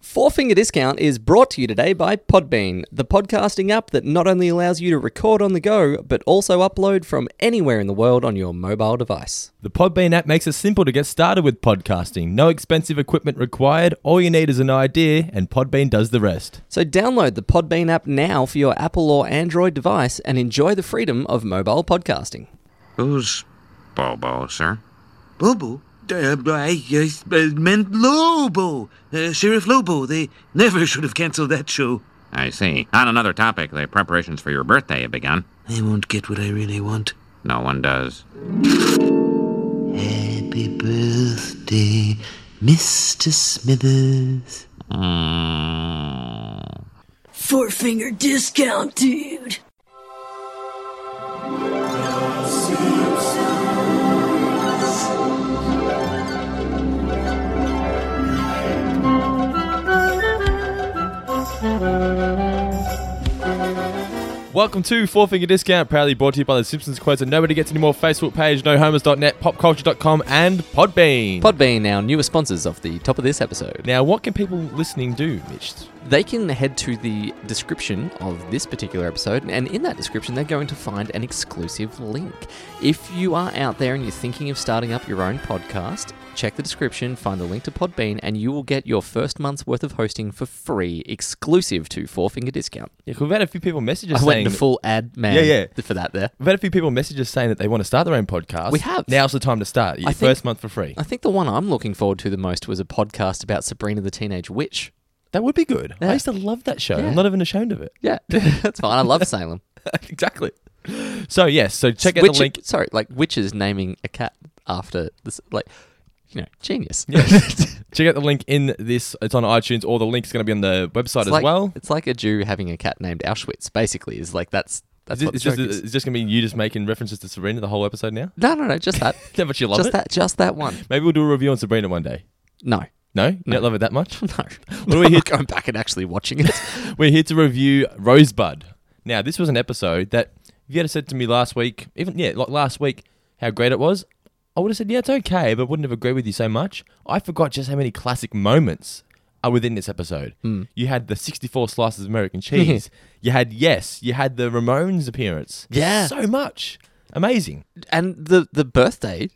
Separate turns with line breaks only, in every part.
Four Finger Discount is brought to you today by Podbean, the podcasting app that not only allows you to record on the go, but also upload from anywhere in the world on your mobile device.
The Podbean app makes it simple to get started with podcasting. No expensive equipment required. All you need is an idea, and Podbean does the rest.
So download the Podbean app now for your Apple or Android device and enjoy the freedom of mobile podcasting.
Who's Bobo, sir?
Bobo? Uh, I, I meant Lobo! Uh, Sheriff Lobo, they never should have cancelled that show.
I see. On another topic, the preparations for your birthday have begun.
I won't get what I really want.
No one does.
Happy birthday, Mr. Smithers.
Hmm. Mm.
Four finger discount, dude.
Welcome to Four Finger Discount, proudly brought to you by the Simpsons Quotes and Nobody Gets Any More Facebook page, nohomers.net, popculture.com, and Podbean.
Podbean, our newest sponsors of the top of this episode.
now, what can people listening do, Mitch?
They can head to the description of this particular episode, and in that description, they're going to find an exclusive link. If you are out there and you're thinking of starting up your own podcast, check the description, find the link to Podbean, and you will get your first month's worth of hosting for free, exclusive to Four Finger Discount.
Yeah, 'cause we've had a few people message us
I went
saying.
into full ad man
Yeah, yeah.
for that there.
We've had a few people message us saying that they want to start their own podcast.
We have.
Now's the time to start. Your
I think-
first month for free.
I think the one I'm looking forward to the most was a podcast about Sabrina the Teenage Witch.
That would be good.
Yeah.
I used to love that show.
Yeah.
I'm not even ashamed of it.
Yeah, that's fine. I love Salem.
exactly. So yes, so check out
Witch-
the link.
Sorry, like witches naming a cat after this, like you know, genius.
Check out the link in this. It's on iTunes, or the link's going to be on the website
it's
as
like,
well.
It's like a Jew having a cat named Auschwitz. Basically, is like that's that's
Is it-
what
It's
the
just,
joke is.
it's just going to be you just making references to Sabrina the whole episode now.
No, no, no, just that,
How much you love
just
it?
that, just that one.
Maybe we'll do a review on Sabrina one day.
No,
No, you don't love it that much.
no.
do we
I'm
hear-
not going back and actually watching it.
We're here to review Rosebud. Now, this was an episode that if you had said to me last week, even yeah, like last week, how great it was, I would have said yeah, it's okay, but wouldn't have agreed with you so much. I forgot just how many classic moments are within this episode.
Hmm.
You had the 64 slices of American cheese. you had yes. You had the Ramones appearance.
Yeah.
so much, amazing.
and the the birthday.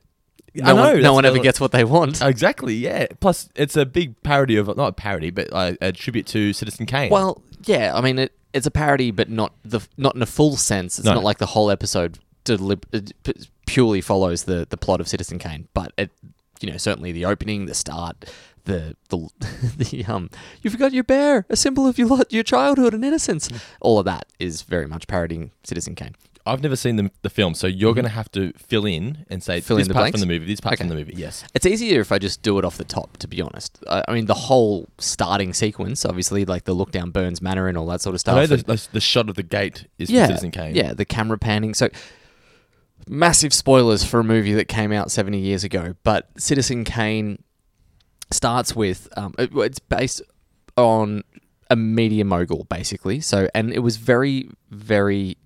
No
I know,
one, no
that's
one ever
the-
gets what they want.
Exactly, yeah. Plus, it's a big parody of not a parody, but uh, a tribute to Citizen Kane.
Well, yeah, I mean it, it's a parody, but not the not in a full sense. It's
No.
not like the whole episode delib- it p- purely follows the the plot of Citizen Kane, but it you know certainly the opening, the start, the the, the um you forgot your bear, a symbol of your lot, your childhood and innocence.
Mm.
All of that is very much parodying Citizen Kane.
I've never seen the, the film, so you're going to have to fill in and say
Mm-hmm. Fill
this
in the
part
blanks?
from the movie, this part from
Okay.
the movie. Yes,
It's easier if I just do it off the top, to be honest. I, I mean, the whole starting sequence, obviously, like the look down Burns Manor and all that sort of stuff.
I know
and-
the, the, the shot of the gate is from Citizen Kane.
Yeah, the camera panning. So massive spoilers for a movie that came out 70 years ago, but Citizen Kane starts with um, it- it's based on a media mogul basically. So and it was very very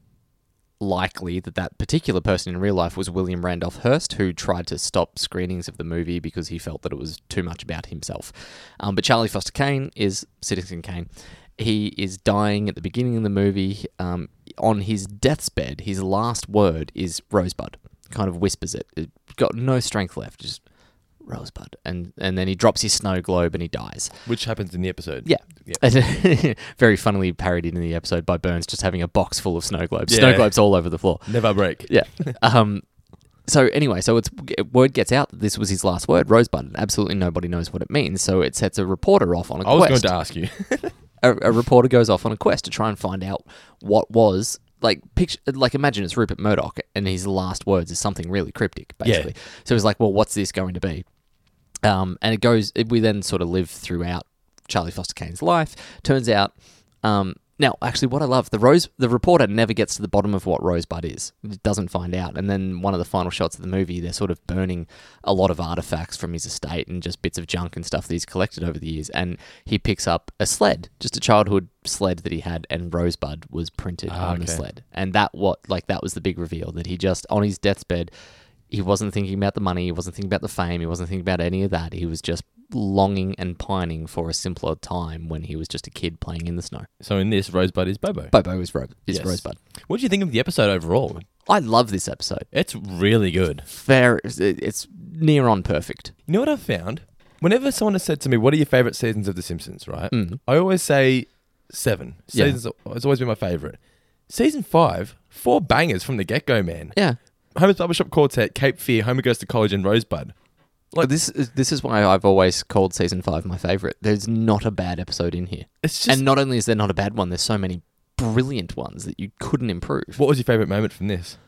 likely that that particular person in real life was William Randolph Hearst, who tried to stop screenings of the movie because he felt that it was too much about himself. Um, but Charlie Foster Kane is Citizen Kane. He is dying at the beginning of the movie. Um, on his deathbed, his last word is Rosebud. Kind of whispers it. It got no strength left. Just Rosebud, and and then he drops his snow globe and he dies.
which happens in the episode.
Yeah. Very funnily parodied in the episode by Burns, just having a box full of snow globes. Snow
Yeah.
globes all over the floor.
never break.
Yeah. um. So anyway, so it's word gets out that this was his last word, Rosebud. and Absolutely nobody knows what it means, so it sets a reporter off on a
I was
quest.
going to ask you.
a, a reporter goes off on a quest to try and find out what was like picture like imagine it's Rupert Murdoch and his last words is something really cryptic basically. So it's like, well, what's this going to be? Um, and it goes. It, we then sort of live throughout Charlie Foster Kane's life. Turns out, um, now actually, what I love the Rose, the reporter never gets to the bottom of what Rosebud is. It doesn't find out. And then one of the final shots of the movie, they're sort of burning a lot of artifacts from his estate and just bits of junk and stuff that he's collected over the years. And he picks up a sled, just a childhood sled that he had, and Rosebud was printed on the
okay.
sled. And that what like that was the big reveal that he just on his deathbed he wasn't thinking about the money. He wasn't thinking about the fame. He wasn't thinking about any of that. He was just longing and pining for a simpler time when he was just a kid playing in the snow.
So in this, Rosebud is Bobo.
Bobo is, Ro- is
Yes.
Rosebud.
What do you think of the episode overall?
I love this episode.
It's really good.
Fair, it's near on perfect.
You know what I've found? Whenever someone has said to me, "What are your favorite seasons of The Simpsons?" Right? I always say
Mm.
seven.
Yeah.
Seasons has always been my favorite. Season five, four bangers from the get-go, man.
Yeah.
Homer's Barbershop Quartet, Cape Fear, Homer Goes to College, and Rosebud.
Like this is this is why I've always called season five my favorite. There's not a bad episode in here,
It's just.
and not only is there not a bad one, there's so many brilliant ones that you couldn't improve.
what was your favorite moment from this?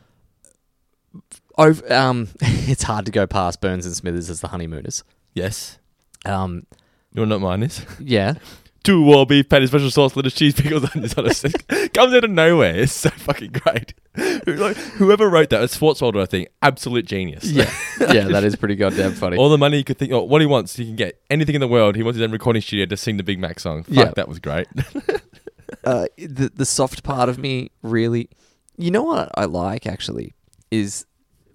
Over, um, it's hard to go past Burns and Smithers as the honeymooners.
Yes.
Um,
You want to not mind this?
yeah,
Two war beef patty, special sauce, lettuce, cheese, pickles, onions on a stick. Comes out of nowhere. It's so fucking great. Like, Whoever wrote that, it's Swartzwelder, I think. Absolute genius.
yeah, yeah. That is pretty goddamn funny.
All the money you could think, oh, what he wants, he can get anything in the world. He wants his own recording studio to sing the Big Mac song. Fuck,
Yeah.
that was great.
uh, the the soft part of me really, you know what I like actually is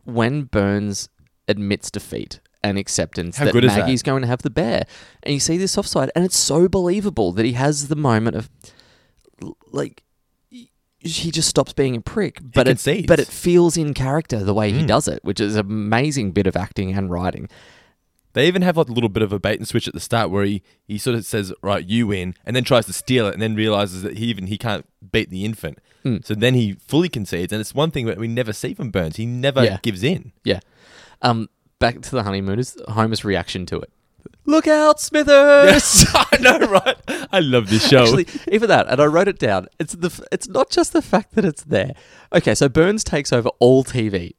when Burns admits defeat and acceptance
How
that
good is that?
Maggie's going to have the bear, and you see this soft side, and it's so believable that he has the moment of l- like y- he just stops being a prick, but
concedes. Hmm.
it, but it feels in character the way he does it, which is an amazing bit of acting and writing.
they even have like a little bit of a bait and switch at the start where he, he sort of says, right, you win, and then tries to steal it, and then realizes that he even he can't beat the infant. So then he fully concedes, and it's one thing that we never see from Burns. He never
Yeah.
gives in.
Yeah. Um, back to the honeymooners, Homer's reaction to it. Look out, Smithers!
I know, right? I love this show.
Actually, even that, and I wrote it down. It's the. f- It's not just the fact that it's there. Okay, so Burns takes over all TV,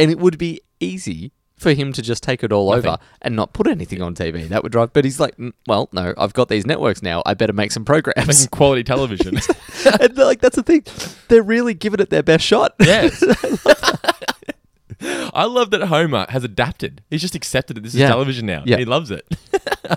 and it would be easy for him to just take it all over and not put anything on TV. That would drive. But he's like, "Mm, well, no, I've got these networks now. I better make some programs.
Making quality television.
and like that's the thing. They're really giving it their best shot.
yes. I love that Homer has adapted. He's just accepted that this
Yeah.
is television now.
Yeah.
He loves it.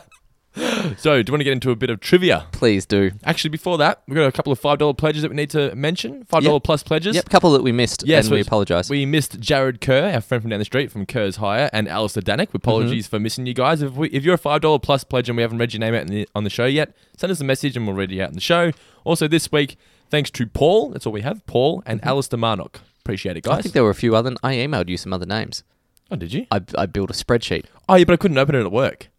so, do you want to get into a bit of trivia?
Please do.
Actually, before that, we've got a couple of $5 pledges that we need to mention. $5
Yep.
plus pledges.
Yep, couple that we missed,
Yes,
and we apologise.
We missed Jared Kerr, our friend from down the street from Kerr's Hire, and Alistair Danik.
Mm-hmm.
Apologies for missing you guys. If, we, if you're a $5 plus pledge and we haven't read your name out in the, on the show yet, send us a message and we'll read you out in the show. Also, this week, thanks to Paul, that's all we have, Paul and Alistair Marnock. Appreciate it,
Mm-hmm. I
guys.
think there were a few other. I emailed you some other names.
oh, did you?
I, I built a spreadsheet.
Oh, yeah, but I couldn't open it at work.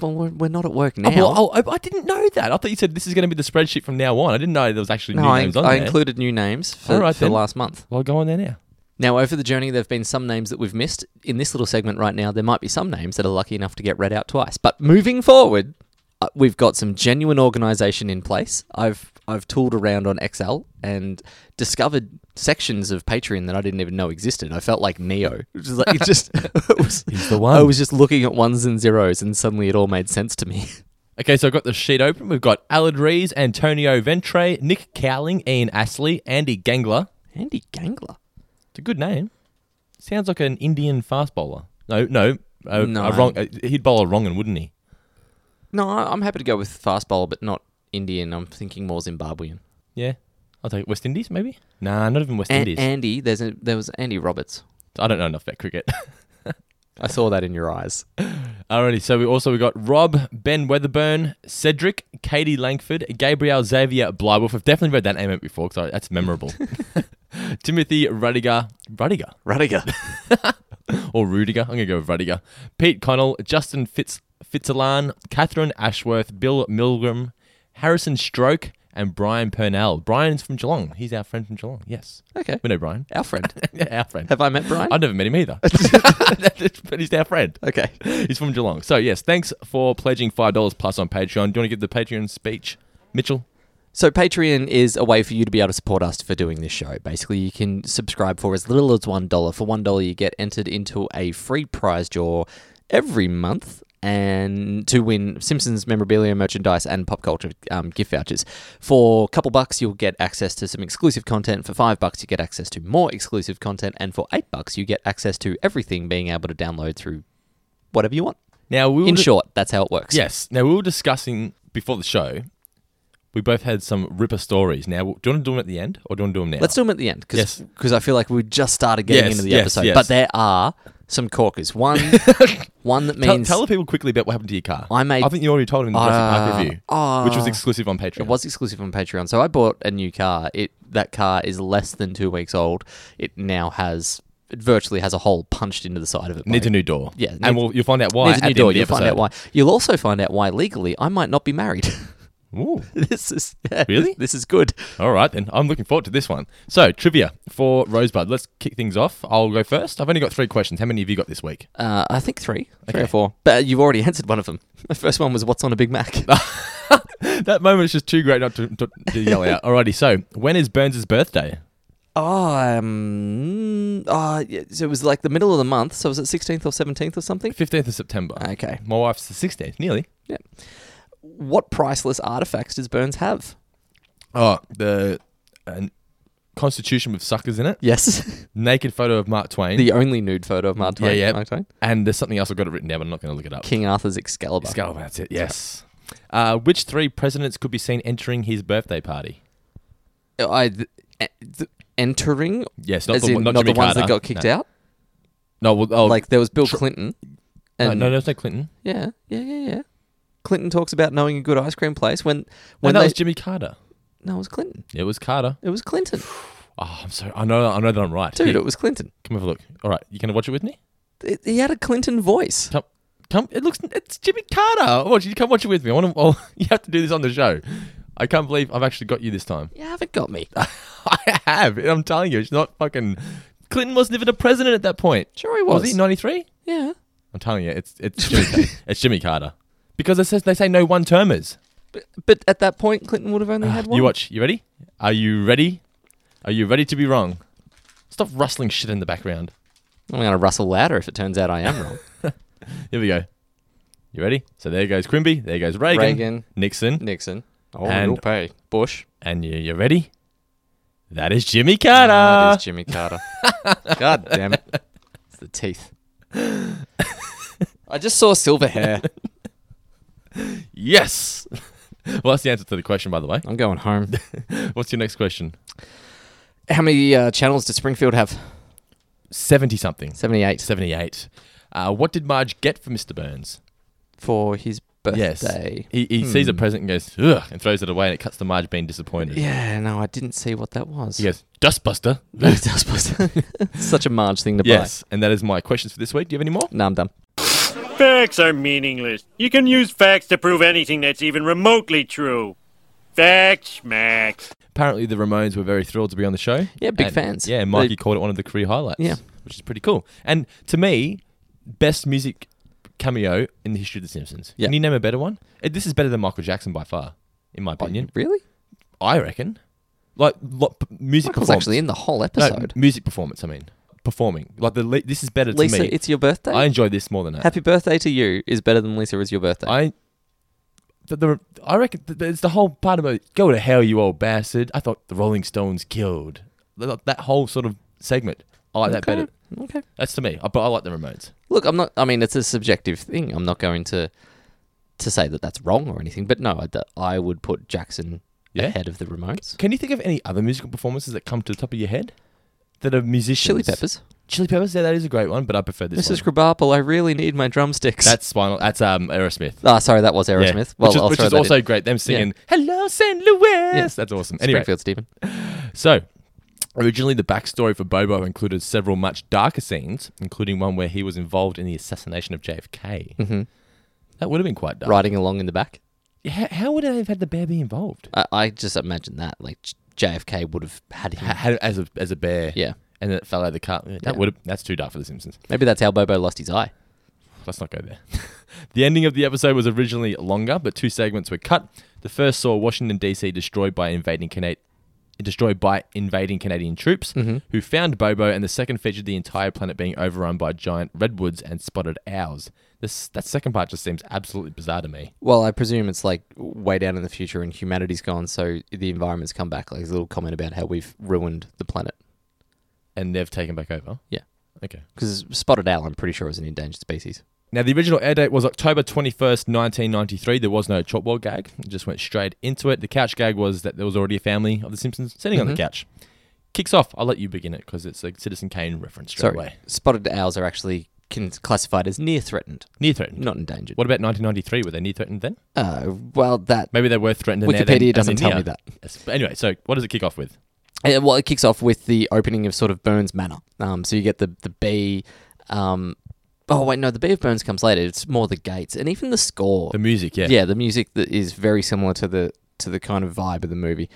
Well, we're, we're not at work now.
Well, oh, I, I didn't know that. I thought you said this is going to be the spreadsheet from now on. I didn't know there was actually
no,
new
I,
names on
I
there.
included new names for,
All right,
for
then.
last month.
well, go on there now.
Now, over the journey, there have been some names that we've missed. In this little segment right now, there might be some names that are lucky enough to get read out twice. But moving forward, uh, we've got some genuine organisation in place. I've I've tooled around on Excel and discovered sections of Patreon that I didn't even know existed. I felt like Neo. It was like it just it was,
He's the one.
I was just looking at ones and zeros, and suddenly it all made sense to me.
Okay, so I've got the sheet open. We've got Alad Rees, Antonio Ventre, Nick Cowling, Ian Astley, Andy Gangler.
Andy Gangler.
It's a good name. Sounds like an Indian fast bowler. No, no, uh,
No.
uh, wrong. Uh, he'd bowl a wrong one, wouldn't he?
No, I- I'm happy to go with fast bowler, but not Indian. I'm thinking more Zimbabwean.
Yeah, I'll take West Indies maybe. Nah, not even West
An-
Indies.
Andy, there's a, there was Andy Roberts.
I don't know enough about cricket.
I saw that in your eyes.
Alrighty, so we also we got Rob, Ben Weatherburn, Cedric, Katie Langford, Gabriel Xavier Blywolf. I've definitely read that name out before because that's memorable. Timothy Rudiger, Rudiger
Rudiger.
or Rudiger. I'm gonna go with Rudiger. Pete Connell, Justin Fitz Fitzalan, Catherine Ashworth, Bill Milgram, Harrison Stroke, and Brian Purnell. Brian's from Geelong. He's our friend from Geelong. Yes,
Okay.
we know Brian.
Our friend.
yeah, our friend.
Have I met Brian?
I've never met him either, but he's our friend.
okay.
He's from Geelong. So yes, thanks for pledging five dollars plus on Patreon. Do you want to give the Patreon speech, Mitchell?
So Patreon is a way for you to be able to support us for doing this show. Basically, you can subscribe for as little as one dollar. For one dollar, you get entered into a free prize draw every month, and to win Simpsons memorabilia, merchandise, and pop culture um, gift vouchers. For a couple bucks, you'll get access to some exclusive content. For five bucks, you get access to more exclusive content, and for eight bucks, you get access to everything being able to download through whatever you want.
Now we will
In
di-
short, that's how it works.
yes. Now we were discussing before the show. We both had some ripper stories. Now, do you want to do them at the end, or do you want to do them now?
Let's do them at the end because
Yes.
I feel like we just started getting
Yes,
into the
yes,
episode.
yes.
But there are some corkers. One, one that
Tell,
means
tell the people quickly about what happened to your car.
I made-
I think you already told them in the Jurassic
Ah,
Park review, which was
ah.
exclusive on Patreon.
It was exclusive on Patreon. So I bought a new car. It that car is less than two weeks old. It now has it virtually has a hole punched into the side of it. Like,
Needs a new door.
Yeah,
and
needs-
we'll, you'll find out why.
Needs
at
a new
the
door.
end
You'll
of the
find out why.
episode.
You'll also find out why legally I might not be married.
Ooh.
this is yeah,
Really?
This is good.
All right, then. I'm looking forward to this one. So, trivia for Rosebud. Let's kick things off. I'll go first. I've only got three questions. How many have you got this week?
Uh, I think three, three
Okay.
or four. But you've already answered one of them. The first one was what's on a Big Mac.
That moment is just too great not to, to, to yell out. Alrighty, so when is Burns' birthday?
oh, um, oh, yeah, so it was like the middle of the month. So was it 16th or 17th or something?
15th of September.
Okay.
My wife's the 16th, nearly.
What priceless artifacts does Burns have?
Oh, the uh, Constitution with suckers in it,
Yes.
naked photo of Mark Twain,
the only nude photo of Mark Twain.
Yeah, yeah.
Mark Twain.
and there's something else I've got it written down, but I'm not going to look it up.
King Arthur's Excalibur.
Excalibur, that's it, yes. Uh, which three presidents could be seen entering his birthday party?
I, th- e- th- entering,
Yes, not
as
the,
in
not
not, the
Jimmy
ones that
Carter.
got kicked
No.
out.
No, well, oh,
Like um, there was Bill
Tr-
Clinton.
no,
And
no, no, it's not Clinton.
Yeah, yeah, yeah, yeah. Clinton talks about knowing a good ice cream place when
When
when
no, that
they,
was Jimmy Carter.
no, it was Clinton.
It was Carter.
It was Clinton,
Oh, I'm sorry. I know. I know that I'm right.
dude.
Here,
It was Clinton.
come have a look. All right, you can watch it with me.
It, he had a Clinton voice.
Come, come. It looks. It's Jimmy Carter. Watch. You come watch it with me. I want to. I'll, you have to do this on the show. I can't believe I've actually got you this time.
You haven't got me.
I have. and I'm telling you, it's not fucking. Clinton wasn't even a president at that point.
Sure he
Was
was.
he 93?
yeah,
I'm telling you, it's it's Jimmy. Carter. it's Jimmy Carter. Because it says they say no one termers.
but, but at that point, Clinton would have only had one.
Ah, You watch. You ready? Are you ready? Are you ready to be wrong? Stop rustling shit in the background.
I'm going to rustle louder if it turns out I am wrong.
Here we go. You ready? So there goes Quimby. There goes Reagan.
Reagan.
Nixon.
Nixon. Oh,
And-
you'll pay. Bush.
And you, you ready? That is Jimmy
Ah, it
Carter.
is Jimmy Carter. God damn it! It's the teeth. I just saw silver hair.
yes. well, that's the answer to the question, by the way.
I'm going home.
What's your next question?
How many uh, channels does Springfield have?
70 something.
78.
78. Uh, what did Marge get for Mr. Burns?
For his birthday.
Yes. He, he sees a present and goes, ugh, and throws it away, and it cuts to Marge being disappointed.
Yeah, no, I didn't see what that was.
He goes, Dustbuster.
That's supposed to- Such a Marge thing to
yes. And that is my questions for this week. Do you have any more?
buy. No, I'm done.
Facts are meaningless. You can use facts to prove anything that's even remotely true. Facts, Max.
apparently the Ramones were very thrilled to be on the show.
Yeah, big
And-
fans.
Yeah, and Mikey
They-
called it one of the career highlights.
Yeah.
which is pretty cool. And to me, best music cameo in the history of The Simpsons.
Yeah.
Can you name a better one? Eh, This is better than Michael Jackson by far, in my opinion.
Really?
I reckon. Like lo- p- music
Michael's
performance.
actually in the whole
No,
episode.
music performance. I mean, performing. Like the le- this is better to me.
Lisa, it's your birthday.
I enjoy this more than that.
Happy birthday to you is better than Lisa is your birthday.
I. The, the, I reckon th- th- it's the whole part of it. Go to hell, you old bastard! I thought the Rolling Stones killed Th- that whole sort of segment. I like that
Okay,
better.
Okay.
That's to me. I, but I like the Ramones.
Look, I'm not. I mean, it's a subjective thing. I'm not going to to say that that's wrong or anything. But no, I, d- I would put Jackson
Yeah?
ahead of the Ramones.
Can you think of any other musical performances that come to the top of your head that are musicians?
Chili Peppers.
Chili Peppers. Yeah, that is a great one, but I prefer this.
Mrs.
one.
Krabappel, I really need my drumsticks.
That's spinal. That's um Aerosmith.
Ah, sorry, that was Aerosmith.
Yeah.
Well,
which is,
I'll
which
throw
is
that
also
in.
great. Them singing "Hello, St. Louis."
Yeah.
That's awesome. Anyway,
Springfield, Stephen.
So, originally the backstory for Bobo included several much darker scenes, including one where he was involved in the assassination of JFK.
Hmm.
Mm-hmm. That would have been quite dark.
Riding along in the back.
How, how would they have had the bear be involved?
I, I just imagine that like J- JFK would have had him.
Ha- had- as a as a bear.
Hmm. Yeah.
And then it fell out of the car. That
Yeah.
would have, that's too dark for The Simpsons.
Maybe that's how Bobo lost his eye.
Let's not go there. the ending of the episode was originally longer, but two segments were cut. The first saw Washington D.C. destroyed by invading Cana- destroyed by invading Canadian troops, who found Bobo, and the second featured the entire planet being overrun by giant redwoods and spotted owls. This that second part just seems absolutely bizarre to me.
Well, I presume it's like way down in the future and humanity's gone, so the environment's come back. Like there's a little comment about how we've ruined the planet.
And they've taken back over.
Yeah.
Okay.
Because spotted owl, I'm pretty sure, is an endangered species.
Now, the original air date was October 21st, 1993. There was no chalkboard gag. It just went straight into it. The couch gag was that there was already a family of The Simpsons sitting on the
Mm-hmm.
couch. Kicks off. I'll let you begin it because it's a Citizen Kane reference straight
Sorry,
away.
spotted owls are actually can classified as near threatened,
Near threatened.
not endangered.
What about 1993? Were they near threatened then?
Uh, well, that
Maybe they were threatened. and now they're-
Wikipedia
and
doesn't
they're
tell me
near.
that.
Yes, But anyway, so what does it kick off with?
Uh, well, it kicks off with the opening of sort of Burns Manor. Um, so you get the the bee. Um, oh wait, no, the bee of Burns comes later. It's more the gates and even the score.
The music, yeah.
yeah, the music that is very similar to the to the kind of vibe of the movie.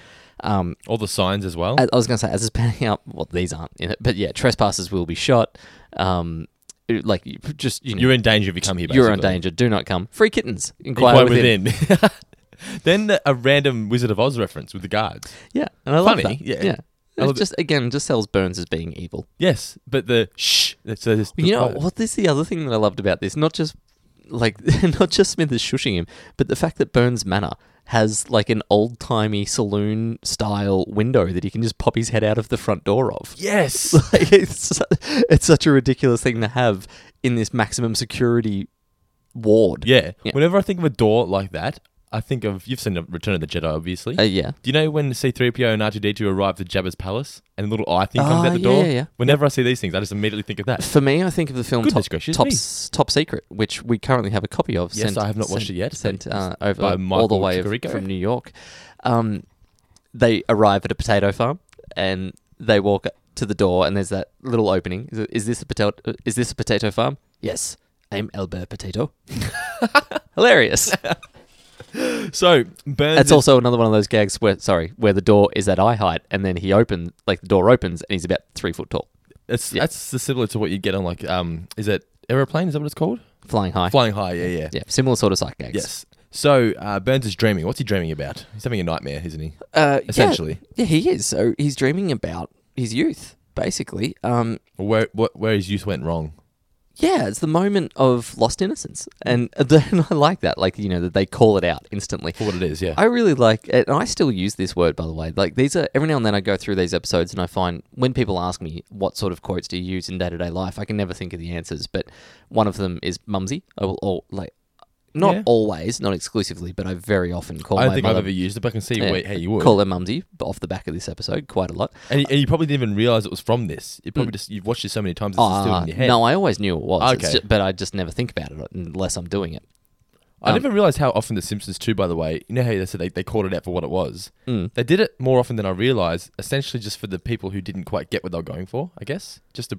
Um,
All the signs as well.
I, I was going to say, as it's panning out, well, these aren't in it, but yeah, trespassers will be shot. Um, it- like, you- just, you know,
You're in danger if you come here.
you're in
basically.
danger. Do not come. Free kittens. Inquire,
Inquire
within.
within. then a random Wizard of Oz reference with the guards.
Yeah. And I love
Funny,
that.
yeah.
Yeah.
I love
It just, again, just sells Burns as being evil.
Yes, but the shh. that's- So there's-
You know
oh,
what? This is the other thing that I loved about this. Not just like not just Smith is shushing him, but the fact that Burns Manor has like an old timey saloon style window that he can just pop his head out of the front door of.
Yes.
Like it's su- it's such a ridiculous thing to have in this maximum security ward.
yeah.
Yeah.
Whenever I think of a door like that, I think of you've seen Return of the Jedi, obviously.
Uh, yeah.
Do you know when C3PO and R2D2 arrived at Jabba's palace and the little eye thing
Ah,
comes out the
yeah,
door?
yeah, yeah.
Whenever I see these things, I just immediately think of that.
For me, I think of the film Top,
Goodness gracious
Top,
me.
S- Top Secret, which we currently have a copy of.
Yes, I have not watched
sent-
it yet,
Sent
but
uh,
it's
over all
by
the
Michael
way of-
Chikorico.
from New York. Um, they arrive at a potato farm and they walk to the door, and there's that little opening. Is, it- is this a potato? Is this a potato farm? Yes, I'm Albert Potato. Hilarious.
So Burns.
That's
is-
also another one of those gags where, sorry, where the door is at eye height, and then he opens, like the door opens, and he's about three foot tall,
It's
Yeah.
that's the similar to what you get on like um is it aeroplane? Is that what it's called?
flying high.
Flying high, yeah, yeah.
yeah, similar sort of psych gags.
Yes. So uh, Burns is dreaming. What's he dreaming about? He's having a nightmare, isn't he?
Uh, yeah.
Essentially.
Yeah, he is. So he's dreaming about his youth, basically. Um,
Where what, where his youth went wrong.
yeah, it's the moment of lost innocence, and then I like that. Like you know that they call it out instantly.
For what it is, yeah.
I really like, and I still use this word by the way. Like these are every now and then I go through these episodes and I find when people ask me what sort of quotes do you use in day to day life, I can never think of the answers. But one of them is mumsy. I will all like. Not
Yeah.
always, not exclusively, but I very often call
I don't
my
think
mother.
I've ever used it, but I can see
yeah,
where, how you would.
call her mumsy off the back of this episode quite a lot.
And, you- and you probably didn't even realize it was from this. You probably just you've watched it so many times. It's still
Mm. Ah,
in your head.
No, I always knew it was. It's
Okay.
ju- but I just never think about it unless I'm doing it.
I
Um,
never realized how often The Simpsons too. By the way, you know how they said they, they called it out for what it was.
Mm.
They did it more often than I realized. Essentially, just for the people who didn't quite get what they were going for. I guess just to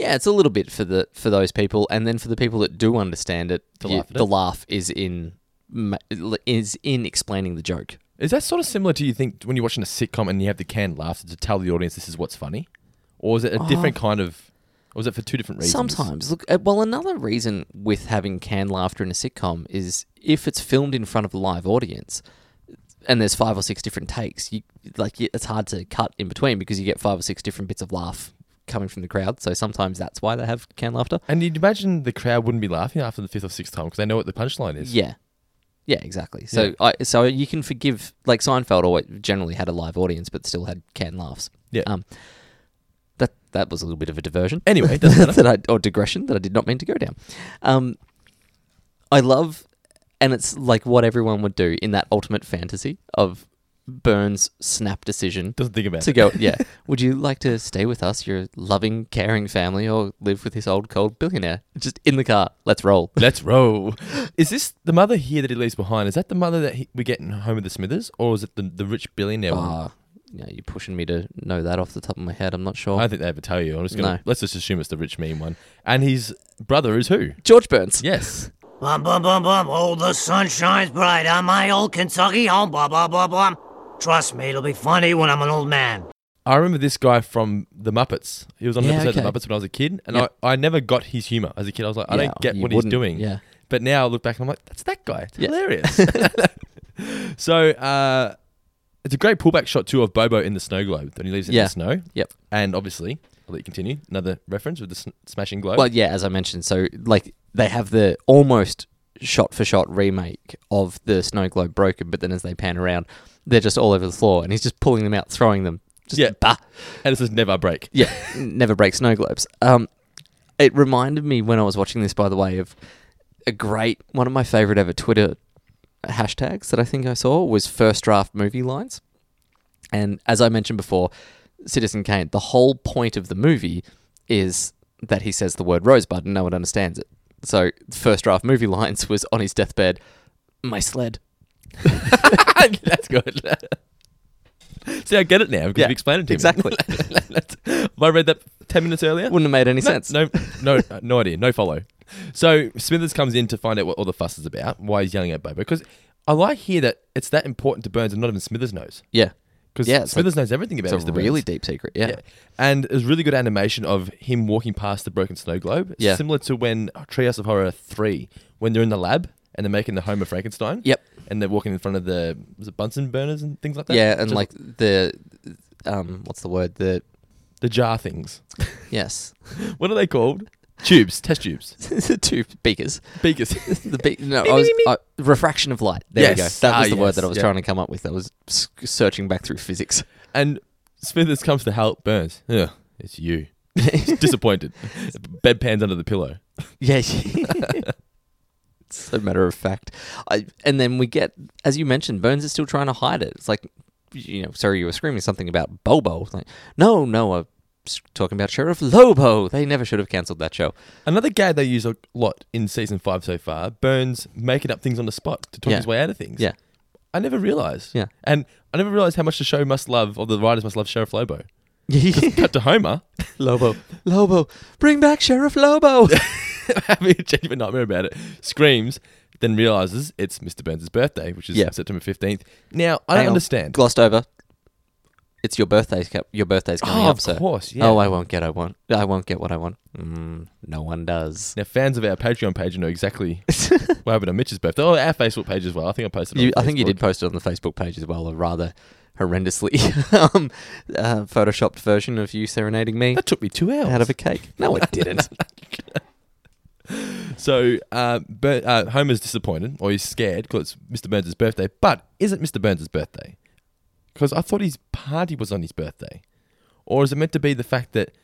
Yeah, it's a little bit for the for those people, and then for the people that do understand it,
To
you-
laugh at
the
it.
laugh is in ma- is in explaining the joke.
Is that sort of similar to you think when you're watching a sitcom and you have the canned laughter to tell the audience this is what's funny, or is it a different kind of? Or is it for two different reasons?
Ah. Sometimes, look, uh, well, another reason with having canned laughter in a sitcom is if it's filmed in front of a live audience, and there's five or six different takes, you like you- it's hard to cut in between because you get five or six different bits of laugh coming from the crowd. So sometimes that's why they have canned laughter.
And you'd imagine the crowd wouldn't be laughing after the fifth or sixth time because they know what the punchline is.
Yeah. Yeah, exactly. So I so you can forgive like Seinfeld always generally had a live audience but still had canned laughs.
Yeah.
Um that that was a little bit of a diversion.
Anyway, it doesn't matter.
that I or digression that I did not mean to go down. Um I love and it's like what everyone would do in that ultimate fantasy of Burns snap decision
Doesn't think about
to
it.
go yeah. Would you like to stay with us, your loving, caring family, or live with this old cold billionaire? Just in the car. Let's roll.
Let's roll. Is this the mother here that he leaves behind? Is that the mother that he, we get in Home of the Smithers, or is it the, the rich billionaire one?
Ah, yeah, you're pushing me to know that off the top of my head. I'm not
I
sure.
don't think they ever tell you. I'm just gonna
Oh. No.
let's just assume it's the rich mean one. And his brother is who?
George Burns.
Yes.
Bum, bum, bum, bum. Oh, the sun shines bright on my old Kentucky home. Bum, bum, bum, bum. Trust me, it'll be funny when I'm an old man.
I remember this guy from The Muppets. He was on an
Yeah,
episode of The
okay.
Muppets when I was a kid, and
Yeah.
I, I never got his humor as a kid. I was like, I
Yeah,
don't get
you
what he's
wouldn't,
doing.
yeah.
But now I look back and I'm like, that's that guy. It's
Yeah.
hilarious. so uh, it's a great pullback shot too of Bobo in the snow globe when he leaves it in
Yeah.
the snow.
Yep.
And obviously, I'll let you continue. Another reference with the sn- smashing globe.
Well, yeah, as I mentioned, so like they have the almost shot for shot remake of the snow globe broken, but then as they pan around, they're just all over the floor, and he's just pulling them out, throwing them. Just
Yeah.
bah.
and it says never break.
Yeah, never break snow globes. Um, it reminded me when I was watching this, by the way, of a great one of my favorite ever Twitter hashtags that I think I saw was first draft movie lines. And as I mentioned before, Citizen Kane, the whole point of the movie is that he says the word rosebud and no one understands it. So first draft movie lines was on his deathbed, my sled.
That's good. See, I get it now because
Yeah,
you've explained it to
exactly.
me. Exactly. I read that 10 minutes earlier.
Wouldn't have made any sense.
No, no, no, no idea. No follow. So Smithers comes in to find out what all the fuss is about, why he's yelling at Bobo. Because I like here that it's that important to Burns and not even Smithers knows.
Yeah.
Because
Yeah, it's
Smithers
like-
knows everything about
It's a
Mr.
really
Burns.
deep secret.
Yeah.
Yeah.
And it was really good animation of him walking past the broken snow globe.
Yeah.
Similar to when oh, Treehouse of Horror 3, when they're in the lab and they're making the home of Frankenstein.
Yep.
And they're walking in front of the was it Bunsen burners and things like that?
Yeah, and
Just
like the um what's the word? The
the jar things.
yes.
What are they called? Tubes, test tubes.
the two beakers.
Beakers.
The be- no, I was uh, refraction of light. There we
Yes.
go. That was
Ah,
the word
yes,
that I was
yeah.
trying to come up with. I was s- searching back through physics.
And Smithers comes to help Burns. Yeah, it's you. He's disappointed. Bedpan's under the pillow.
Yeah. It's so matter of fact. I, and then we get, as you mentioned, Burns is still trying to hide it. It's like, you know, sorry, you were screaming something about Bobo. It's Like, no, no, I'm s- talking about Sheriff Lobo. They never should have cancelled that show.
Another gag they use a lot in season five so far. Burns making up things on the spot to talk
Yeah.
his way out of things.
Yeah.
I never realized.
Yeah.
And I never realized how much the show must love, or the writers must love Sheriff Lobo. Cut to Homer
Lobo. Lobo. Bring back Sheriff Lobo.
having a genuine nightmare about it, screams, then realizes it's Mr. Burns' birthday, which is
Yeah.
September 15th. Now, I
Hang
don't
on.
understand.
Glossed over. It's your birthday's co- your birthday's coming
Oh,
up,
of
sir.
course, yeah.
Oh, I won't get. I won't. I won't get what I want. Mm, no one does.
Now, fans of our Patreon page know exactly what happened on Mitch's birthday. Oh, our Facebook page as well. I think I posted. it
You,
on
I think you did
Facebook.
post it on the Facebook page as well, a rather horrendously um, uh, photoshopped version of you serenading me
That took me two hours.
out of a cake. No, it didn't.
so, uh, Bur- uh, Homer's disappointed or he's scared because it's Mr. Burns' birthday. But is it Mr. Burns' birthday? Because I thought his party was on his birthday, or is it meant to be the fact that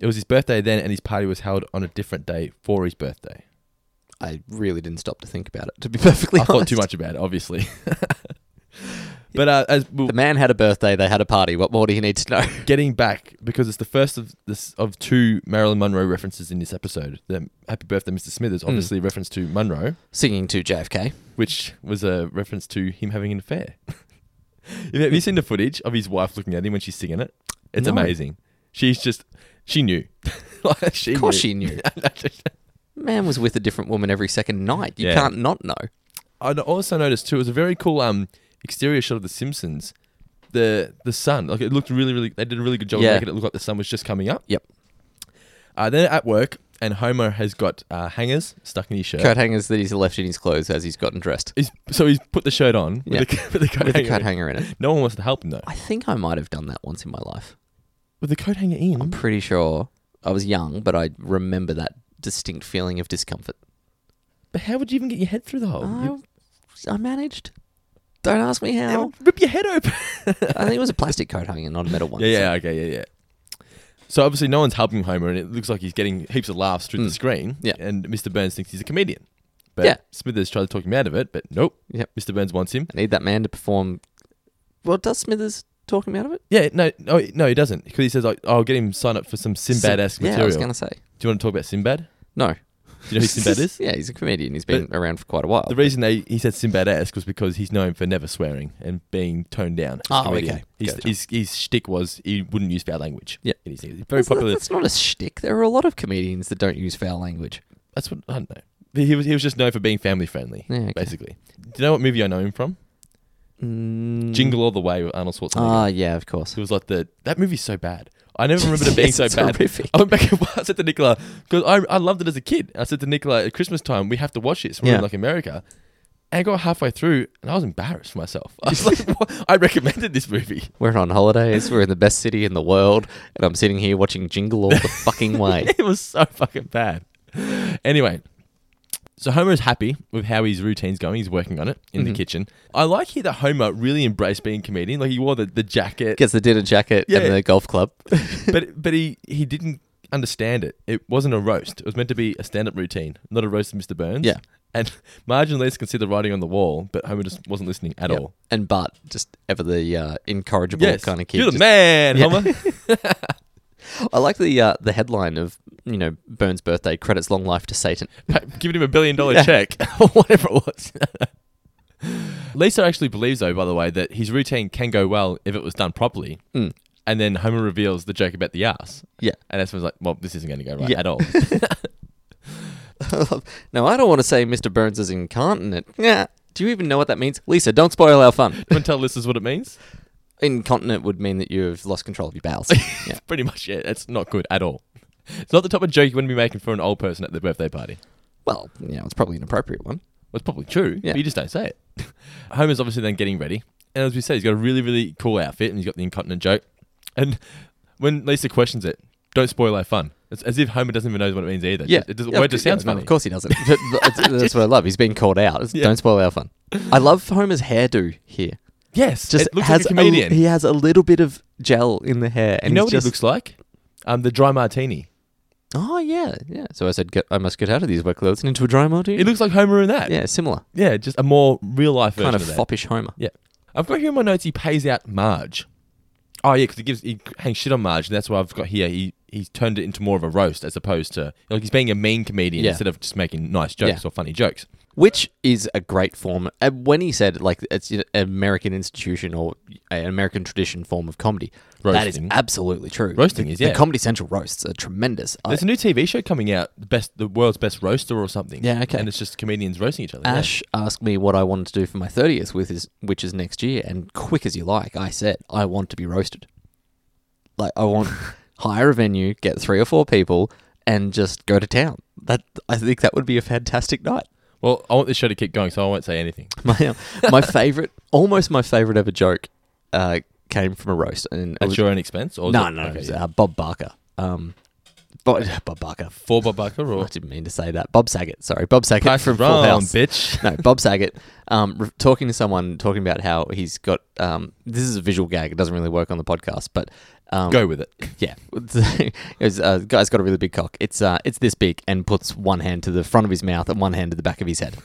it was his birthday then and his party was held on a different day for his birthday?
I really didn't stop to think about it. To be perfectly
I
honest,
thought too much about it, obviously. but uh, as we'll
The man had a birthday. They had a party. What more do you need to know?
getting back because it's the first of this of two Marilyn Monroe references in this episode. The Happy Birthday, Mr. Smithers, obviously a reference to Monroe,
Singing to JFK.
which was a reference to him having an affair. Have you- have you seen the footage of his wife looking at him when she's singing it? It's
No.
amazing. She's just she knew. Like, she
Of course, she knew.
knew.
Man was with a different woman every second night. You
Yeah.
can't not know.
I also noticed too. It was a very cool um exterior shot of The Simpsons. The the sun, like it looked really, really. They did a really good job
Yeah.
of making it look like the sun was just coming up.
Yep.
Uh, then at work, and Homer has got uh, hangers stuck in his shirt.
Coat hangers that he's left in his clothes as he's gotten dressed
He's, so he's put the shirt on
Yeah.
with, the, with the coat
with a
hanger.
coat
in.
hanger in it.
No one wants to help him though.
I think I might have done that once in my life.
With the coat hanger in,
I'm pretty sure I was young, but I remember that distinct feeling of discomfort.
but how would you even get your head through the hole? You-
I managed. Don't ask me
it
how.
would rip your head open.
I think it was a plastic coat hanger, not a metal one.
yeah, yeah, okay, yeah, yeah. So obviously, no one's helping Homer, and it looks like he's getting heaps of laughs through the screen.
Mm. Yeah.
and Mr. Burns thinks he's a comedian. But
Yeah.
Smithers tried to talk him out of it, but nope.
Yep.
Mr. Burns wants him.
I need that man to perform. Well, does Smithers talk him out of it?
Yeah, no, no, no, he doesn't. Because he says, like, "I'll get him signed up for some Sinbad-esque
Yeah, I
material."
was going to say.
Do you want to talk about Sinbad?
No.
Do you know who Sinbad is?
yeah, he's a comedian. He's been around for quite a while.
The reason they he said Sinbad-esque was because he's known for never swearing and being toned down. as a
Oh,
comedian.
okay.
His,
Gotcha.
his, his shtick was he wouldn't use foul language.
Yeah.
And he's he's very popular.
That's not a shtick. There are a lot of comedians that don't use foul language.
That's what I don't know. But He was he was just known for being family friendly,
Yeah, okay.
basically. Do you know what movie I know him from?
Mm.
Jingle All the Way with Arnold Schwarzenegger.
Ah, yeah, of course.
it was like the that movie's so bad. I never remembered it being
Yes,
so
it's
bad.
horrific.
I went back and I said to Nicola because I, I loved it as a kid. I said to Nicola at Christmas time we have to watch this. We're
Yeah.
in like America. And I got halfway through and I was embarrassed for myself. I was like, what? I recommended this movie.
We're on holidays. We're in the best city in the world, and I'm sitting here watching Jingle All the Fucking Way.
it was so fucking bad. Anyway, so Homer is happy with how his routine's going. He's working on it in
Mm-hmm.
the kitchen. I like here that Homer really embraced being a comedian. Like he wore the, the jacket,
Gets the dinner jacket
Yeah.
and the golf club.
but but he he didn't understand it. It wasn't a roast. It was meant to be a stand up routine, not a roast of Mr. Burns.
Yeah.
And Marge and Lisa can see the writing on the wall, but Homer just wasn't listening at all.
And Bart, just ever the uh, incorrigible
Yes,
kind of kid.
you're the
just-
man,
Yeah.
Homer.
I like the uh, the headline of you know Burns' birthday credits long life to Satan.
giving him a billion dollar check or whatever it was. Lisa actually believes, though, by the way, that his routine can go well if it was done properly.
Hmm.
And then Homer reveals the joke about the ass.
Yeah.
And Esmer's like, well, this isn't going to go right
Yeah.
at all.
now I don't want to say Mr. Burns is incontinent. Yeah. Do you even know what that means, Lisa? Don't spoil our fun.
Don't tell listeners what it means.
Incontinent would mean that you've lost control of your bowels. yeah.
Pretty much, yeah, it's not good at all. It's not the type of joke you wouldn't be making for an old person at their birthday party.
Well, you know, it's probably an appropriate one.
Well, it's probably true,
Yeah.
but you just don't say it. Homer's obviously then getting ready. And as we say, he's got a really, really cool outfit and he's got the incontinent joke. And when Lisa questions it, don't spoil our fun. It's as if Homer doesn't even know what it means either.
Yeah,
It, it,
Yeah,
word just
yeah,
sounds
no,
funny.
Of course he doesn't. But that's- that's what I love. He's being called out. It's- Don't spoil our fun. I love Homer's hairdo here.
Yes,
Just
it looks
has
like a comedian.
he has a little bit of gel in the hair, and
you know what
he's just,
he looks like? Um, the dry martini.
Oh yeah, yeah. So I said, get, I must get out of these wet clothes and into a dry martini.
It looks like Homer in that.
yeah, similar
yeah, just a more real life version
kind of
that.
foppish Homer.
Yeah, I've got here in my notes. He pays out Marge. Oh yeah, because he gives he hangs shit on Marge, and that's why I've got here. He he's turned it into more of a roast as opposed to like he's being a mean comedian
Yeah.
instead of just making nice jokes
Yeah.
or funny jokes.
which is a great form. And when he said like it's an American institution or an American tradition form of comedy, that is
Roasting.
absolutely true.
Roasting
The-
is, yeah.
The Comedy Central roasts are tremendous. I-
There's a new TV show coming out, the best, the world's best roaster or something.
Yeah, okay.
And it's just comedians roasting each other. yeah.
Ash asked me what I wanted to do for my 30th, with his, which is next year, and quick as you like, I said, I want to be roasted. Like, I want hire a venue, get three or four people, and just go to town. That I think that would be a fantastic night.
Well, I want this show to keep going, so I won't say anything.
My um, my favorite, almost my favorite ever joke, uh, came from a roast. And it
At
was-
your own expense, or is
no,
it-
no, it
okay,
was,
yeah.
uh, Bob Barker. Um, Bob, Bob Barker.
for Bob Barker or
I didn't mean to say that. Bob Saget. Sorry, Bob Saget
Pass
from
it
Full
round,
House.
bitch.
no, Bob Saget, um, re- talking to someone, talking about how he's got. Um, this is a visual gag; it doesn't really work on the podcast, but um,
Go with it.
Yeah, it was, uh, guy's got a really big cock. It's uh, it's this big, and puts one hand to the front of his mouth and one hand to the back of his head.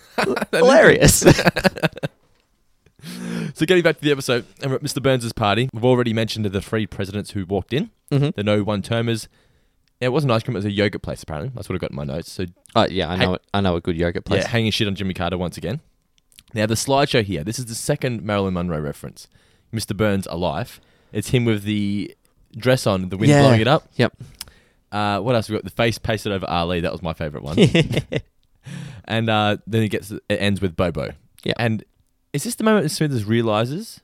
Hilarious.
So getting back to the episode, and we're at Mr. Burns' party. We've already mentioned the three presidents who walked in.
Mm-hmm.
The no one-termers. Yeah, it wasn't ice cream; it was a yogurt place. Apparently, that's what I got in my notes. So
uh, yeah, I know. it, I know a good yogurt place.
yeah, hanging shit on Jimmy Carter once again. Now the slideshow here. This is the second Marilyn Monroe reference. Mr. Burns alive. It's him with the dress on, the wind
Yeah.
blowing it up.
Yep.
Uh, what else we got? The face pasted over Ali. That was my favorite one.
yeah,
and uh, then it gets it ends with Bobo.
Yeah.
And is this the moment that Smithers realizes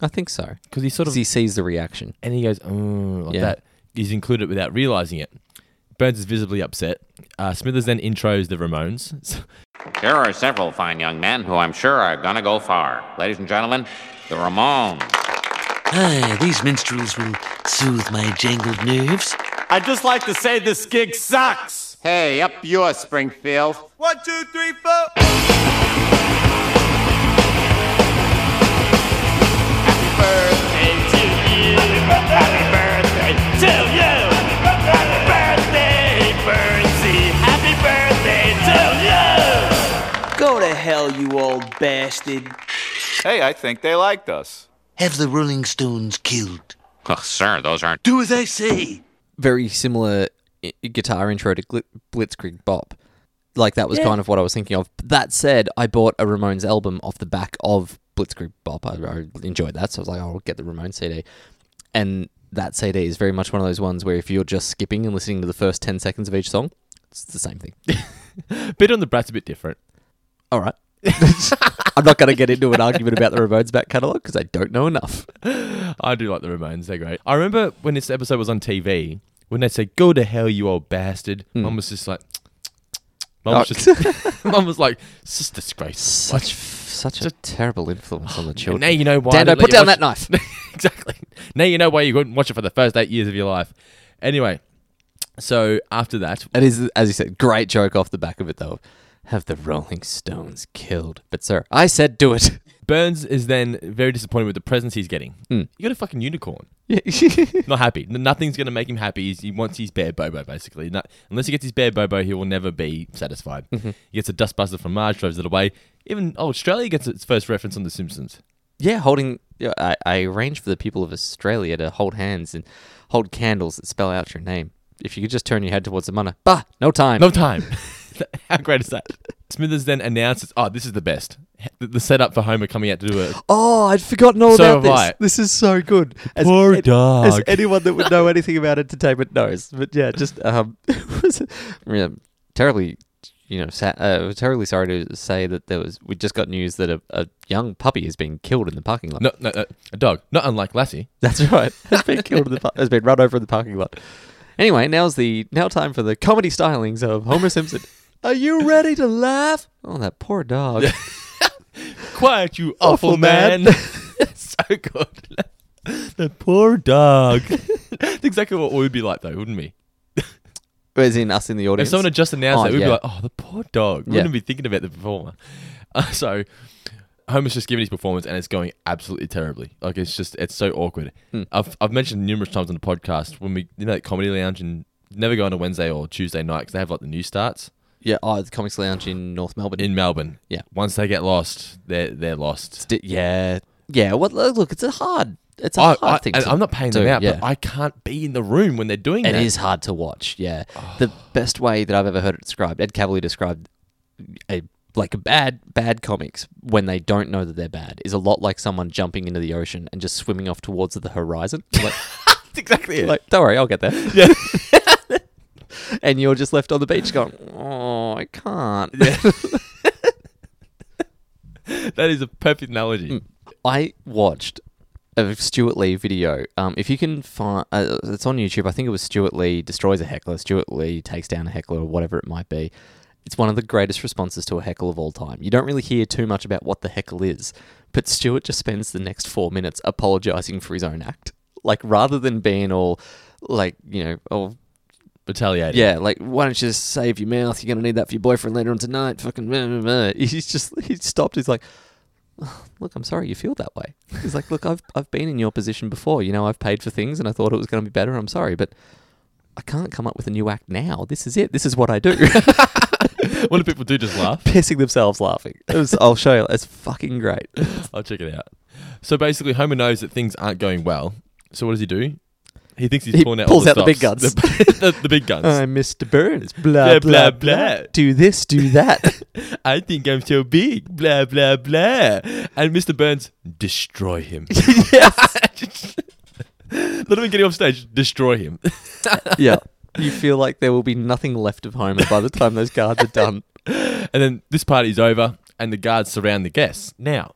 I think so.
because he sort of
'Cause he sees the reaction.
and he goes, oh, like
Yeah.
that. He's included without realizing it. Burns is visibly upset. Uh, Smithers then intros the Ramones. So-
Here are several fine young men who I'm sure are gonna go far. Ladies and gentlemen, the Ramones.
Ah, these minstrels will soothe my jangled nerves.
I'd just like to say this gig sucks.
Hey, up yours, Springfield.
One, two, three, four.
Go to hell, you old bastard.
Hey, I think they liked us.
Have the Rolling Stones killed.
Oh, sir, those aren't.
Do as I say.
very similar i- guitar intro to Gli- Blitzkrieg Bop. Like that was kind of what I was thinking of. That said, I bought a Ramones album off the back of Blitzkrieg Bop. I, I enjoyed that, so I was like, I'll get the Ramones CD. And that CD is very much one of those ones where if you're just skipping and listening to the first ten seconds of each song, it's the same thing.
bit on the brat's a bit different.
All right. I'm not going to get into an argument about the Ramones back catalogue because I don't know enough.
I do like the Ramones. They're great. I remember when this episode was on TV, when they said, go to hell, you old bastard.
Hmm.
Mum was just like... Mum was,
Oh.
just, Mum was like, it's just disgrace.
Such such a terrible influence on the
And
children.
now you know why...
Dando,
they let
put
you
down
watch-
that knife.
exactly. Now you know why you couldn't watch it for the first eight years of your life. Anyway, so after that,
It is, as you said, great joke off the back of it, though. Have the Rolling Stones killed? But, sir, I said do it.
Burns is then very disappointed with the presents he's getting. You got a fucking unicorn. Not happy. N- Nothing's going to make him happy. He's, he wants his bear bobo, basically. No- unless he gets his bear bobo, he will never be satisfied. He gets a dustbuster from Marge, throws it away. Even oh, Australia gets its first reference on The Simpsons.
yeah, holding. yeah, I, I arrange for the people of Australia to hold hands and hold candles that spell out your name. If you could just turn your head towards the mana, bah, no time.
No time. How great is that? Smithers then announces, "Oh, this is the best. The- The setup for Homer coming out to do it.
Oh, I'd forgotten all
So
about
have
this.
I.
This is so good. As
Poor
an-
dog.
As anyone that would know anything about entertainment knows. But yeah, just um, it was yeah, terribly, you know, sa- uh, terribly sorry to say that there was. We just got news that a, a young puppy is being killed in the parking lot.
No, no, no, a dog. Not unlike Lassie.
That's right. Has been killed in the par- has been run over in the parking lot. Anyway, now's the now time for the comedy stylings of Homer Simpson. Are you ready to laugh? Oh, that poor dog.
Quiet, you
Awful
awful man.
man.
so good. the poor dog. That's exactly what we would be like, though, wouldn't we?
As in us in the
If
audience.
someone had just announced
Oh,
that, we'd
yeah.
be like, "Oh, the poor dog." We
Yeah.
Wouldn't be thinking about the performer. Uh, so Homer's just giving his performance, and it's going absolutely terribly. Like it's just it's so awkward. I've I've mentioned numerous times on the podcast when we you know that comedy lounge and never go on a Wednesday or Tuesday night because they have like the new starts
yeah, oh, the Comics Lounge in North Melbourne.
in Melbourne.
Hmm. Yeah.
Once they get lost, they're they're lost.
D- yeah, yeah. What? Well, look, it's a hard. It's a
I,
hard
I,
thing.
and
to
I'm not paying them
do,
out,
yeah.
but I can't be in the room when they're doing
It
that.
is hard to watch. Yeah,
Oh.
the best way that I've ever heard it described. Ed Cavalier described a like a bad bad comics when they don't know that they're bad is a lot like someone jumping into the ocean and just swimming off towards the horizon. Like,
exactly it.
like, don't worry, I'll get there. and you're just left on the beach going, oh, I can't.
that is a perfect analogy.
Mm. I watched a Stuart Lee video. Um, if you can find, uh, it's on YouTube. I think it was Stuart Lee destroys a heckler. Stuart Lee takes down a heckler, or whatever it might be. It's one of the greatest responses to a heckle of all time. You don't really hear too much about what the heckle is, but Stuart just spends the next four minutes apologizing for his own act. Like rather than being all, like you know, oh
Retaliating.
yeah, like why don't you just save your mouth? You're gonna need that for your boyfriend later on tonight. Fucking. Blah, blah, blah. He's just he stopped. He's like, look, I'm sorry you feel that way. He's like, look, I've I've been in your position before. You know, I've paid for things and I thought it was gonna be better. I'm sorry, but I can't come up with a new act now. This is it. This is what I do.
What do people do? Just laugh.
Pissing themselves laughing. It was, I'll show you. It's fucking great.
I'll check it out. So basically, Homer knows that things aren't going well. So what does he do? He thinks he's
He
pulling out
pulls
all the
out the
stops.
big
The, the- the big guns.
I'm Mr. Burns.
Blah,
Blah
blah,
blah blah.
blah.
Do this. Do that.
I think I'm so big. Blah blah blah. And Mr. Burns destroy him. Not even getting off stage. Destroy him.
yeah. You feel like there will be nothing left of Homer by the time those guards are done.
And then this party's over, and the guards surround the guests. Now,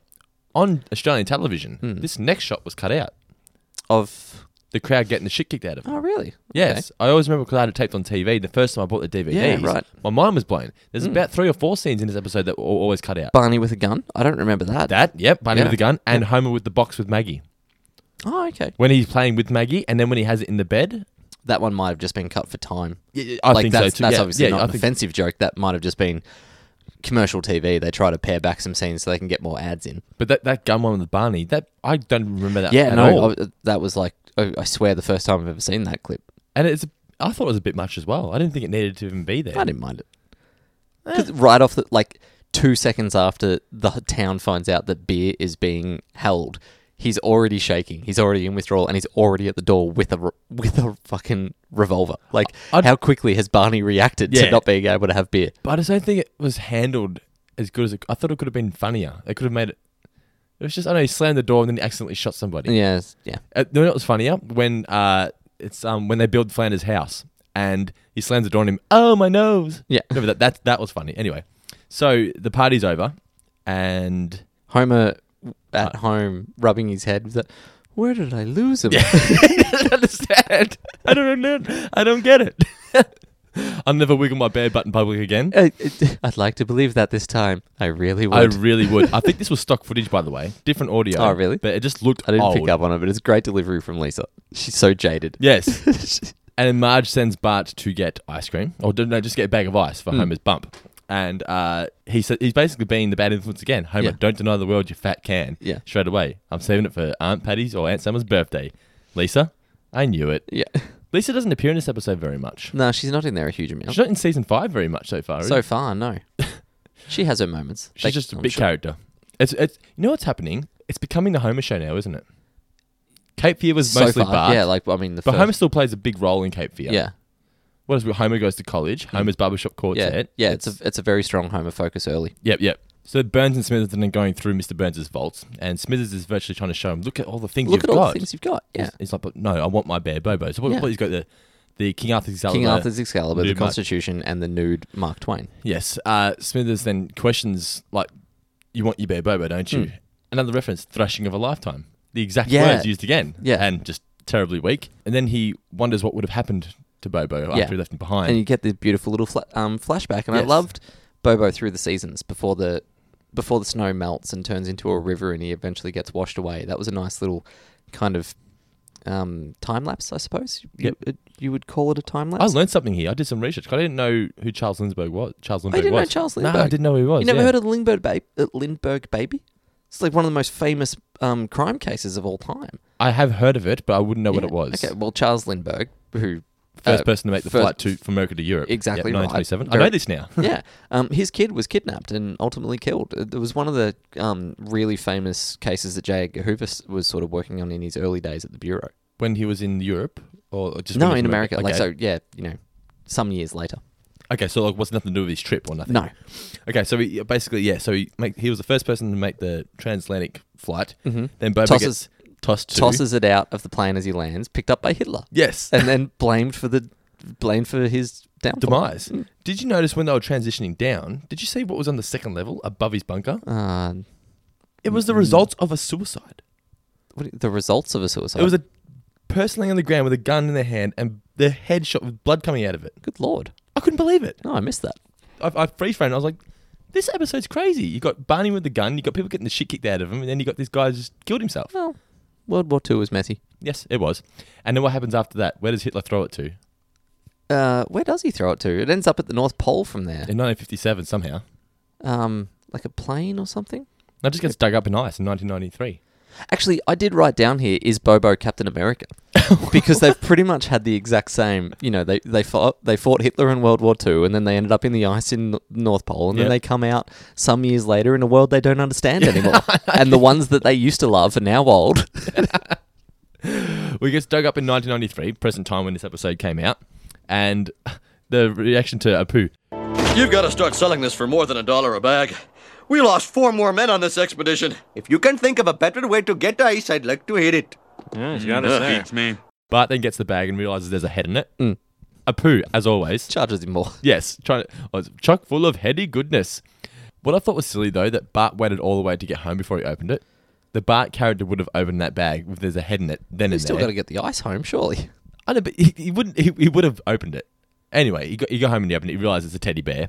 on Australian television,
Hmm.
this next shot was cut out.
Of
The crowd getting the shit kicked out of them.
Oh, really?
Yes, I always remember because I had it taped on TV. The first time I bought the DVDs,
Yeah, right. Hmm.
my mind was blown. There's about three or four scenes in this episode that were al- always cut out.
Barney with a gun? I don't remember that.
that, yep, Barney
Yeah.
with the gun, and Homer with the box with Maggie.
Oh, okay.
When he's playing with Maggie, and then when he has it in the bed,
That one might have just been cut for time.
I
like
think
that's,
so too.
that's
yeah,
obviously
yeah,
not
I
an
think-
offensive joke. That might have just been commercial TV. They try to pare back some scenes so they can get more ads in.
But that, that gun one with Barney, that I don't remember that.
Yeah,
at
no,
all.
I, that was like I I swear the first time I've ever seen that clip.
and it's I thought it was a bit much as well. I didn't think it needed to even be there.
I didn't mind it.
Eh.
'Cause right off the like two seconds after the h- town finds out that beer is being held, he's already shaking. He's already in withdrawal, and he's already at the door with a re- with a fucking revolver. Like,
I'd-
how quickly has Barney reacted
Yeah.
to not being able to have beer?
But I just don't think it was handled as good as it, I thought. It could have been funnier. It could have made it. It was just I don't know he slammed the door and then he accidentally shot somebody.
Yes, yeah.
Uh, no, that was funnier when uh, it's um when they build Flanders' house and he slams the door on him. Oh my nose!
Yeah.
Remember that that that was funny. Anyway, so the party's over, and
Homer at
uh,
home rubbing his head with that. Where did I lose him?
I don't understand. I don't understand. I don't get it. I'll never wiggle my bear butt in public again.
I, would like to believe that this time. I really would.
I really would. I think this was stock footage, by the way, different audio.
Oh, really?
But it just looked.
I didn't
old.
pick up on it, but it's great delivery from Lisa. She's so jaded.
Yes. And then Marge sends Bart to get ice cream, or d- no, just get a bag of ice
Hmm.
for Homer's bump. And uh, he sa- he's basically being the bad influence again. Homer,
Yeah.
don't deny the world you fat can.
Yeah.
Straight away. I'm saving it for Aunt Patty's or Aunt Summer's birthday. Lisa, I knew it.
Yeah.
Lisa doesn't appear in this episode very much.
No, she's not in there a huge amount.
She's not in season five very much so far. is
So
she?
far, no. she has her moments.
she's
They-
just a
I'm
big
sure-
character. It's it's you know what's happening. It's becoming the Homer show now, isn't it? Cape Fear was
so
mostly
far.
Bart.
Yeah, like I mean, the
but
first,
Homer still plays a big role in Cape Fear.
yeah,
What is it? Homer goes to college. Homer's barbershop quartet.
yeah, yeah. It's a it's a very strong Homer focus early.
Yep, yep. So Burns and Smithers are going through Mr. Burns' vaults, and Smithers is virtually trying to show him, look at all the things
Look at
you've
all
got.
the things you've got. Yeah,
He's- He's like, but no, I want my bear Bobo. So what,
Yeah.
what he's got the the King Arthur's Excalibur.
King Arthur's Excalibur,
Nude
the
Mark-
Constitution, and the nude Mark Twain.
Yes. Uh, Smithers then questions like, you want your bear Bobo, don't you? Another reference, thrashing of a lifetime. The exact
Hmm. Yeah.
words used again.
Yeah.
And just terribly weak. And then he wonders what would have happened to Bobo after
Yeah.
he left him behind.
And you get the beautiful little fla- um, flashback. And I
Yes.
loved Bobo through the seasons before the before the snow melts and turns into a river, and he eventually gets washed away. That was a nice little kind of um, time lapse, I suppose. You,
Yep.
it- you would call it a time
I
lapse.
learned something here. I did some research. 'cause I didn't know who Charles Lindbergh was. Charles Lindbergh
Oh, didn't know
was.
Charles
No, I
Lindbergh.
didn't know who he was.
you never
yeah.
heard of the Lindbergh, ba- uh, Lindbergh baby? It's like one of the most famous um, crime cases of all time.
I have heard of it, but I wouldn't know what
Yeah.
it was.
Okay, well, Charles Lindbergh, who
First
uh,
person to make the
first-
flight to from America to Europe.
Exactly
Yep,
right.
1927. I
Very-
know this now.
yeah, um, his kid was kidnapped and ultimately killed. Uh, It was one of the um, really famous cases that J. Edgar Hoover s- was sort of working on in his early days at the bureau.
when he was in Europe or just
no,
when he was
in America, like
okay.
so, yeah, you know, some years later.
Okay, so like, what's nothing to do with his trip or nothing?
No,
Okay, so he, basically, yeah. So he make, he was the first person to make the transatlantic flight.
Mhm.
Then Bobo
Tosses-
gets tossed. To,
tosses Uh, it out of the plane as he lands, picked up by Hitler,
Yes.
and then blamed for the blamed for his downfall. Mm.
Demise. Did you notice when they were transitioning down? Did you see what was on the second level above his bunker?
Uh,
It was the results of a suicide.
what, are- the results of a suicide.
It was a person laying on the ground with a gun in their hand and their head shot with blood coming out of it.
good lord.
I couldn't believe it.
No, I missed that.
I, I freeze framed. I was like, this episode's crazy. You got Barney with the gun. You got people getting the shit kicked out of him, and then you got this guy who just killed himself.
Well, World War Two was messy.
Yes, it was. And then what happens after that? Where does Hitler throw it to?
Uh, where does he throw it to? It ends up at the North Pole from there,
In 1957, somehow.
um, like a plane or something.
That just gets dug up in ice in 1993.
Actually, I did write down here is Bobo Captain America because they've pretty much had the exact same. You know, they they fought they fought Hitler in World War Two, and then they ended up in the ice in the North Pole, and
Yeah.
then they come out some years later in a world they don't understand anymore, and the ones that they used to love are now old.
Well, he gets dug up in 1993, present time when this episode came out. And the reaction to Apu.
You've got to start selling this for more than a dollar a bag. We lost four more men on this expedition.
If you can think of a better way to get ice, I'd like to hear it.
Beats me.
Bart then gets the bag and realizes there's a head in it.
Mm.
Apu, as always.
Charges him more.
Yes, trying to, I was chock full of heady goodness. What I thought was silly though, that Bart waited all the way to get home before he opened it. The Bart character would have opened that bag if there's a head in it. Then
You
and
still
there.
got to get the ice home, surely.
I know, but he, he wouldn't. He, he would have opened it anyway. He got, he got home and he opened it. He realized it's a teddy bear,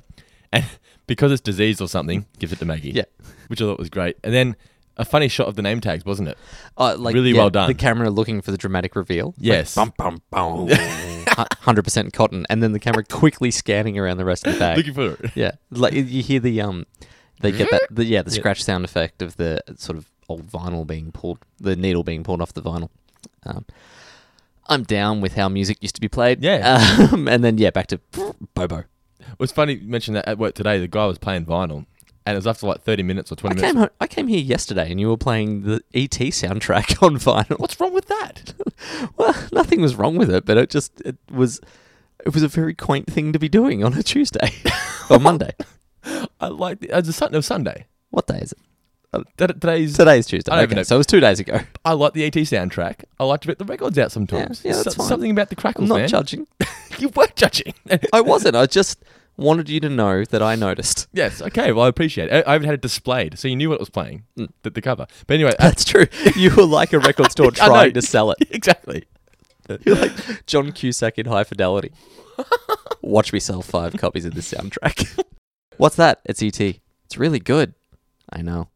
and because it's diseased or something, gives it to Maggie.
Yeah.
which I thought was great. And then a funny shot of the name tags, wasn't it?
Uh, like
Really
yeah,
well done.
The camera looking for the dramatic reveal.
Yes.
Bum bum. Hundred percent cotton, and then the camera quickly scanning around the rest of the bag.
Looking for it.
Yeah, like you- you hear the um, they get that the, yeah the scratch sound effect of the sort of old vinyl being pulled, the needle being pulled off the vinyl. Um, I'm down with how music used to be played.
Yeah.
um, and then yeah, back to Bobo.
It was funny you mentioned that at work today. The guy was playing vinyl, and it was after like thirty minutes
I
or twenty minutes.
came home, I came here yesterday, and you were playing the ET soundtrack on vinyl.
What's wrong with that?
well, nothing was wrong with it, but it just it was it was a very quaint thing to be doing on a Tuesday or Monday.
I like it was a Sun- it was Sunday.
What day is it?
Uh, th- Today's
Today's Tuesday.
I don't even
Okay,
know.
so it was two days ago.
I like the ET soundtrack. I like to rip the records out sometimes.
Yeah, yeah, that's
So-
fine.
Something about the
I'm
crackles,
not
man.
judging.
you were judging.
I wasn't. I just wanted you to know that I noticed.
Yes. Okay. Well, I appreciate it. I I even had it displayed, so you knew what it was playing, the, the cover. But anyway, uh,
Mm. That's true. You were like a record store
I know.
trying to sell it.
exactly.
You're like John Cusack in high fidelity. Watch me sell five copies of the soundtrack. What's that? It's ET. It's really good. I know.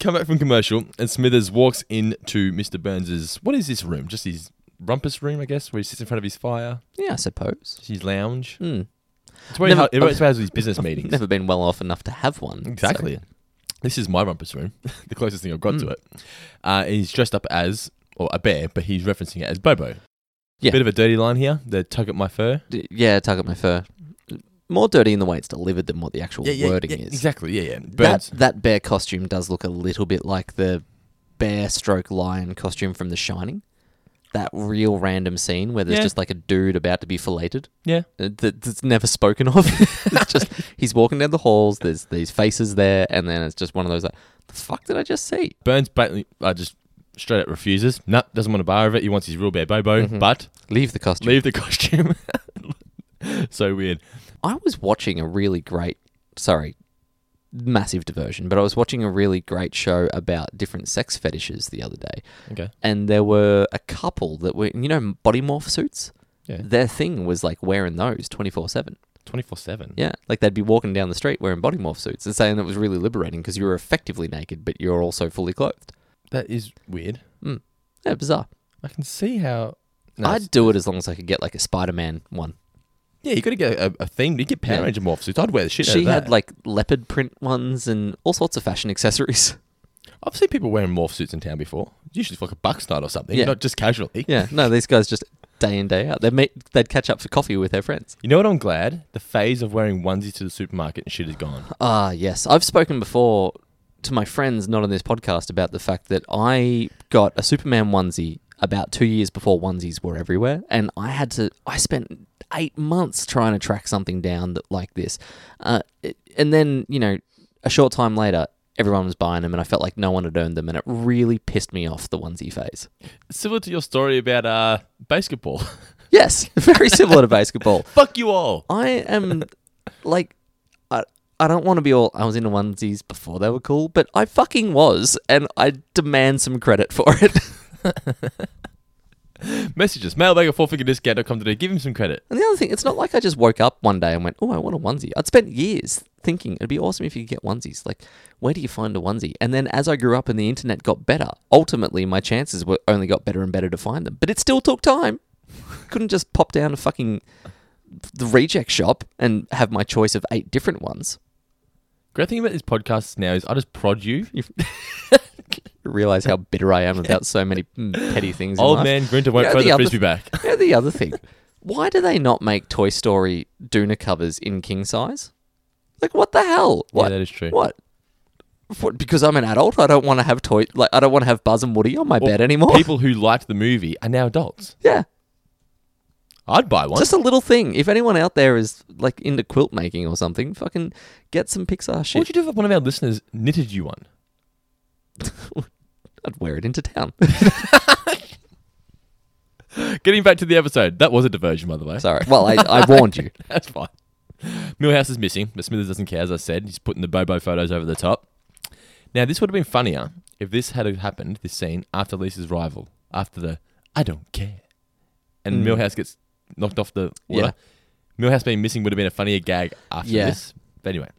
Come back from commercial, and Smithers walks into Mr. Burns's. What is this room? Just his rumpus room, I guess, where he sits in front of his fire,
Yeah, I suppose.
It's his lounge.
Hmm.
It's where he
Never-
ha- it's where he has his business meetings.
Never been well off enough to have one. so- Mm.
Exactly. This is my rumpus room, the closest thing I've got to it. Uh, he's dressed up as, or a bear, but he's referencing it as Bobo.
Yeah.
Bit of a dirty line here. The tug at my fur.
D- yeah, tug at my fur. more dirty in the way it's delivered than what the actual
Yeah, yeah,
wording
yeah,
is.
Exactly. Yeah, yeah. Birds.
That that bear costume does look a little bit like the bear stroke lion costume from The Shining. That real random scene where there's
Yeah.
just like a dude about to be filleted.
yeah.
uh, That, that's never spoken of. it's just he's walking down the halls. There's these faces there, and then it's just one of those like, the fuck did I just see?
Burns blatantly uh, just straight up refuses. Nah, doesn't want a bar of it. He wants his real bear Bobo,
Mm-hmm.
but
Leave the costume.
leave the costume. so weird.
I was watching a really great, sorry, massive diversion, but I was watching a really great show about different sex fetishes the other day.
Okay.
And there were a couple that were, you know, body morph suits?
Yeah.
Their thing was like wearing those 24 7.
24 7.
Yeah. Like they'd be walking down the street wearing body morph suits and saying it was really liberating because you were effectively naked, but you're also fully clothed.
That is weird.
Yeah, bizarre.
I can see how. No, it's-
I'd do it as long as I could get like a Spider Man one.
yeah, you got to get a, a theme. You get Power
Yeah.
Ranger morph suits. I'd wear the shit out
she
of that.
had like leopard print ones and all sorts of fashion accessories.
I've seen people wearing morph suits in town before. Usually it's like a bucks night or something,
Yeah.
not just casually.
Yeah, no, these guys just day in day out. They meet, they'd catch up for coffee with their friends.
You know what? I'm glad the phase of wearing onesies to the supermarket and shit is gone.
Ah, yes, I've spoken before to my friends, not on this podcast, about the fact that I got a Superman onesie about two years before onesies were everywhere, and I had to. I spent eight months trying to track something down that like this, uh, it- and then you know, a short time later. Everyone was buying them, and I felt like no one had owned them, and it really pissed me off the onesie phase.
Similar to your story about uh, basketball.
Yes, very similar to basketball.
Fuck you all.
I am like, I, I don't want to be all. I was into onesies before they were cool, but I fucking was, and I demand some credit for it.
Message us. Mailbag at fourfigurediscount.com today. Give him some credit.
and the other thing, it's not like I just woke up one day and went, "Oh, I want a onesie." I'd spent years thinking it'd be awesome if you could get onesies. Like, where do you find a onesie? And then as I grew up and the internet got better, ultimately my chances were only got better and better to find them. But it still took time. Couldn't just pop down to fucking the reject shop and have my choice of eight different ones.
Great thing about this podcast now is I just prod you.
realize how bitter I am about so many mm, petty things. in
Old
life.
man Grinter won't
Yeah,
throw
the
the
other-
frisbee back.
You know the other thing, why do they not make Toy Story Duna covers in king size? Like what the hell? What?
that is true.
What? For- because I'm an adult, I don't want to have toy. Like I don't want to have Buzz and Woody on my
Well,
bed anymore.
People who liked the movie are now adults.
yeah,
I'd buy one.
just a little thing. If anyone out there is like into quilt making or something, fucking get some Pixar
what would
shit.
you do if one of our listeners knitted you one?
I'd wear it into town.
Getting back to the episode. That was a diversion, by the way.
Sorry. Well, I, I warned you.
That's fine. Millhouse is missing, but Smithers doesn't care, as I said. He's putting the Bobo photos over the top. Now, this would have been funnier if this had happened, this scene, after Lisa's rival, after the I don't care.
Hmm.
And Millhouse gets knocked off the water. Millhouse being missing would have been a funnier gag after
Yeah.
this. But anyway.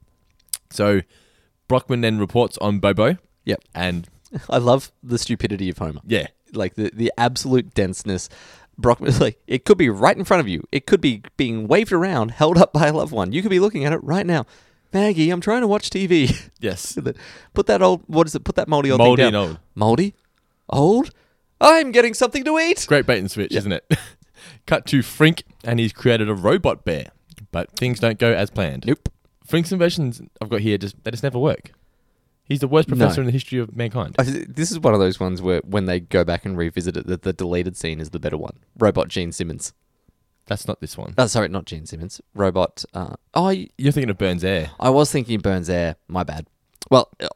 So Brockman then reports on Bobo.
Yep.
And
I love the stupidity of Homer.
yeah,
like the, the absolute denseness. Brockman, like it could be right in front of you. It could be being waved around, held up by a loved one. You could be looking at it right now. Maggie, I'm trying to watch TV.
yes.
Put that old what is it? Put that moldy old
Moldy
thing
and
down.
old.
Moldy, old. I'm getting something to eat.
Great bait and switch, isn't it? Cut to Frink, and he's created a robot bear, but things don't go as planned.
Nope.
Frink's inventions I've got here just they just never work. He's the worst professor in the history of mankind.
I- This is one of those ones where when they go back and revisit it, that the deleted scene is the better one. Robot Gene Simmons.
That's not this one.
Oh, sorry, not Gene Simmons. Robot. Uh, oh, I,
You're thinking of Burns Air.
I was thinking Burns Air. My bad. Well, uh,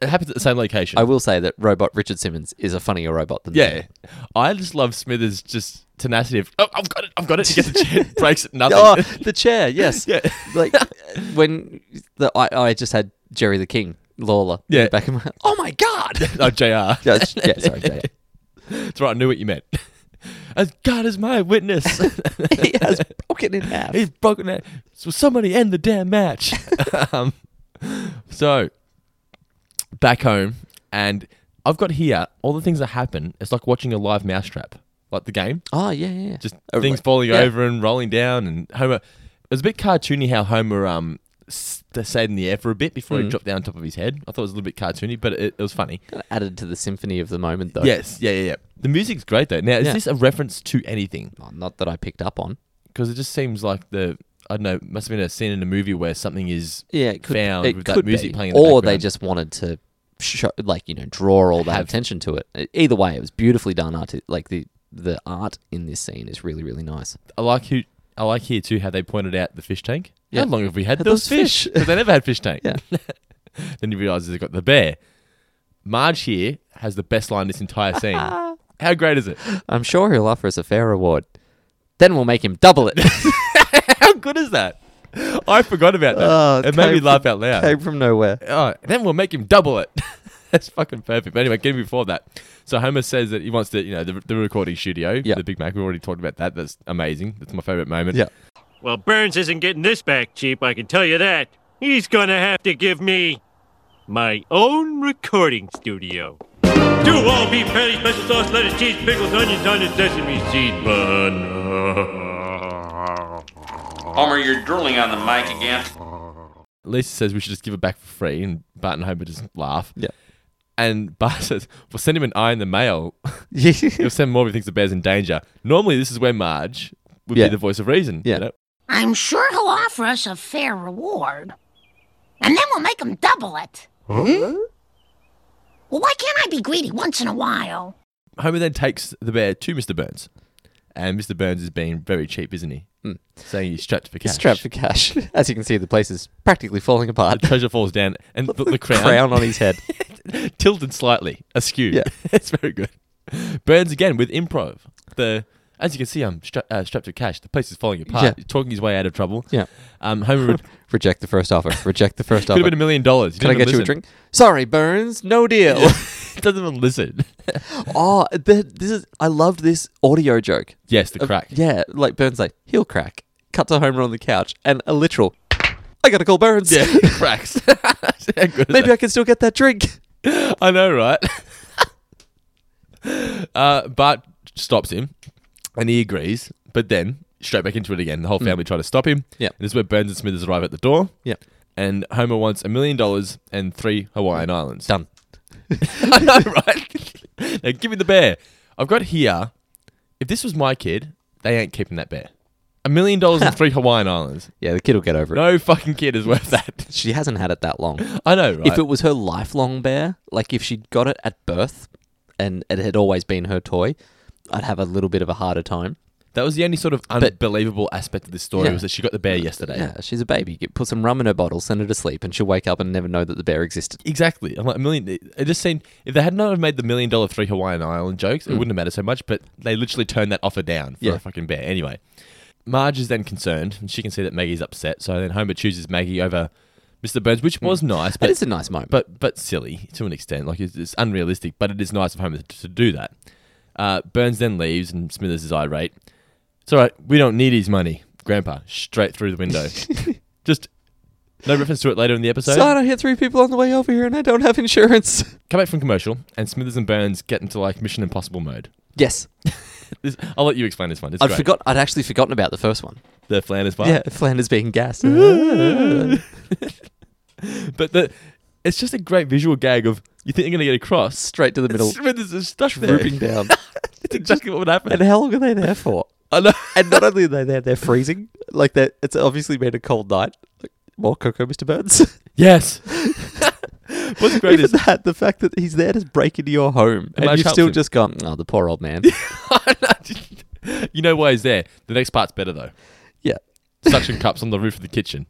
i
It happens at the same location.
I will say that robot Richard Simmons is a funnier robot than
yeah, I just love Smithers just tenacity of oh I've got it I've got it. He gets the chair, breaks it,
the
nothing.
oh, the chair. Yes,
Yeah.
Like uh, when the I, I just had Jerry the King Lawler. in
Yeah.
the back of my oh my god.
oh Jr. Yeah,
yeah, it's- yeah, sorry, JR.
That's right. I knew what you meant. As God is my witness,
he has broken in half.
He's broken that. So somebody end the damn match. um, so back home, and I've got here all the things that happen. It's like watching a live mousetrap, like the game,
Oh yeah, yeah, yeah.
just
Oh,
things
right.
falling
Yeah.
over and rolling down. And Homer, it was a bit cartoony how Homer um s- stayed in the air for a bit before he dropped down on top of his head. I thought it was a little bit cartoony, but it, it was funny.
Kinda added to the symphony of the moment though.
Yes, yeah, yeah, yeah. The music's great though. Now, is
Yeah.
this a reference to anything?
Oh, not that I picked up on.
Because it just seems like the I don't know, must have been a scene in a movie where something is
Yeah, it could,
found
it
with
could
that music
be.
playing in the
or they
background.
just wanted to show, like you know, draw all that
Have-
attention to it. E- Either way, it was beautifully done. Art, like the the art in this scene is really really nice.
I like who I like here too how they pointed out the fish tank.
Yeah.
How long have we had,
Had those
those fish?
fish.
'Cause they never had fish tank.
Yeah.
then you realise they've got the bear. Marge here has the best line this entire scene. how great is it?
I'm sure he'll offer us a fair reward. Then we'll make him double it.
How good is that? I forgot about that.
Oh,
it made
came
me laugh
from-
out loud.
Came from nowhere.
oh, then we'll make him double it. That's fucking perfect. But anyway, getting before that, so Homer says that he wants to, you know, the, the recording studio,
Yeah.
the Big Mac. We already talked about that. That's amazing. That's my favorite moment.
Yeah.
Well, Burns isn't getting this back cheap, I can tell you that. He's gonna have to give me my own recording studio. Do all beef patty, special sauce, lettuce, cheese, pickles, onions, on and sesame seed bun.
Homer, you're drooling on the mic again.
Lisa says we should just give it back for free, and Bart and Homer just laugh.
Yeah.
And Bart says, "We'll send him an eye in the mail.
yeah.
He'll send more if he thinks the bear's in danger." Normally, this is where Marge would
Yeah.
be the voice of reason.
Yeah.
I'm sure he'll offer us a fair reward. And then we'll make him double it. Well, why can't I be greedy once in a while?
Homer then takes the bear to Mr. Burns, and Mr. Burns is being very cheap, isn't he? Saying he's strapped for cash.
Hmm. Strapped for cash. As you can see, the place is practically falling
The
apart.
treasure falls down, and the, the crown,
Crown on his head.
tilted slightly askew.
Yeah.
it's very good. Burns again with improv. The as you can see, I'm stra- uh, strapped for cash. The place is falling apart.
Yeah.
He's talking his way out of trouble.
Yeah.
Um, Homer would,
Reject the first offer. Reject the first
could have
offer.
been a million dollars. He
Can I
didn't
get
even
you a
listen.
drink? Sorry, Burns. No deal.
Doesn't even listen.
oh, the, this is. I loved this audio joke.
yes, the
Uh,
crack.
yeah, like Burns, like he'll crack. Cut to Homer on the couch, and a literal. I gotta call Burns.
Yeah, it cracks. How good is
Maybe
that?
I can still get that drink.
I know, right? uh, Bart stops him, and he agrees. But then straight back into it again. The
Hmm.
whole family try to stop him.
Yep.
and this is where Burns and Smithers arrive at the door.
Yep.
and Homer wants a million dollars and three Hawaiian islands.
Done.
I know, right? now give me the bear. I've got here. If this was my kid, they ain't keeping that bear. A million dollars and three Hawaiian islands.
Yeah, the kid will get over it.
No fucking kid is worth that.
She hasn't had it that long.
I know, right?
If it was her lifelong bear, like if she'd got it at birth and it had always been her toy, I'd have a little bit of a harder time.
that was the only sort of unbelievable aspect of this story
Yeah.
was that she got the bear yesterday.
Yeah, Uh, she's a baby. You Put some rum in her bottle, send her to sleep, and she'll wake up and never know that the bear existed.
Exactly. I'm like a million. It just seemed if they had not have made the million dollar three Hawaiian island jokes, it wouldn't have mattered so much. But they literally turned that offer down for
Mm. Yeah.
a fucking bear. Anyway, Marge is then concerned, and she can see that Maggie's upset. So then Homer chooses Maggie over Mr. Burns, which was nice,
But
but
it's Mm. a nice moment.
but but silly to an extent. Like it's, it's unrealistic, but it is nice of Homer to, to do that. Uh, Burns then leaves, and Smithers is irate. It's all right. We don't need his money, Grandpa. Straight through the window. just no reference to it later in the episode.
Son, I hit three people on the way over here, and I don't have insurance.
Come back from commercial, and Smithers and Burns get into like Mission Impossible mode.
Yes,
This, I'll let you explain this one. It's
I'd
great.
forgot. I'd actually forgotten about the first one.
the Flanders part.
Yeah, Flanders being gassed. Ah.
but the it's just a great visual gag of you think you're gonna get across.
Straight to the middle,
Smithers is stuck there.
drooping down.
It's exactly what would
And
happen.
how long are they there for?
I know.
And not only are they there, they're freezing. Like that, it's obviously been a cold night. Like, more cocoa, Mister Burns.
Yes. What's great
Even
is
that, the fact that he's there to break into your home, and
Marge
you've
helps
still
him.
just gone, oh, the poor old man.
you know why he's there. The next part's better though.
yeah,
Suction cups on the roof of the kitchen.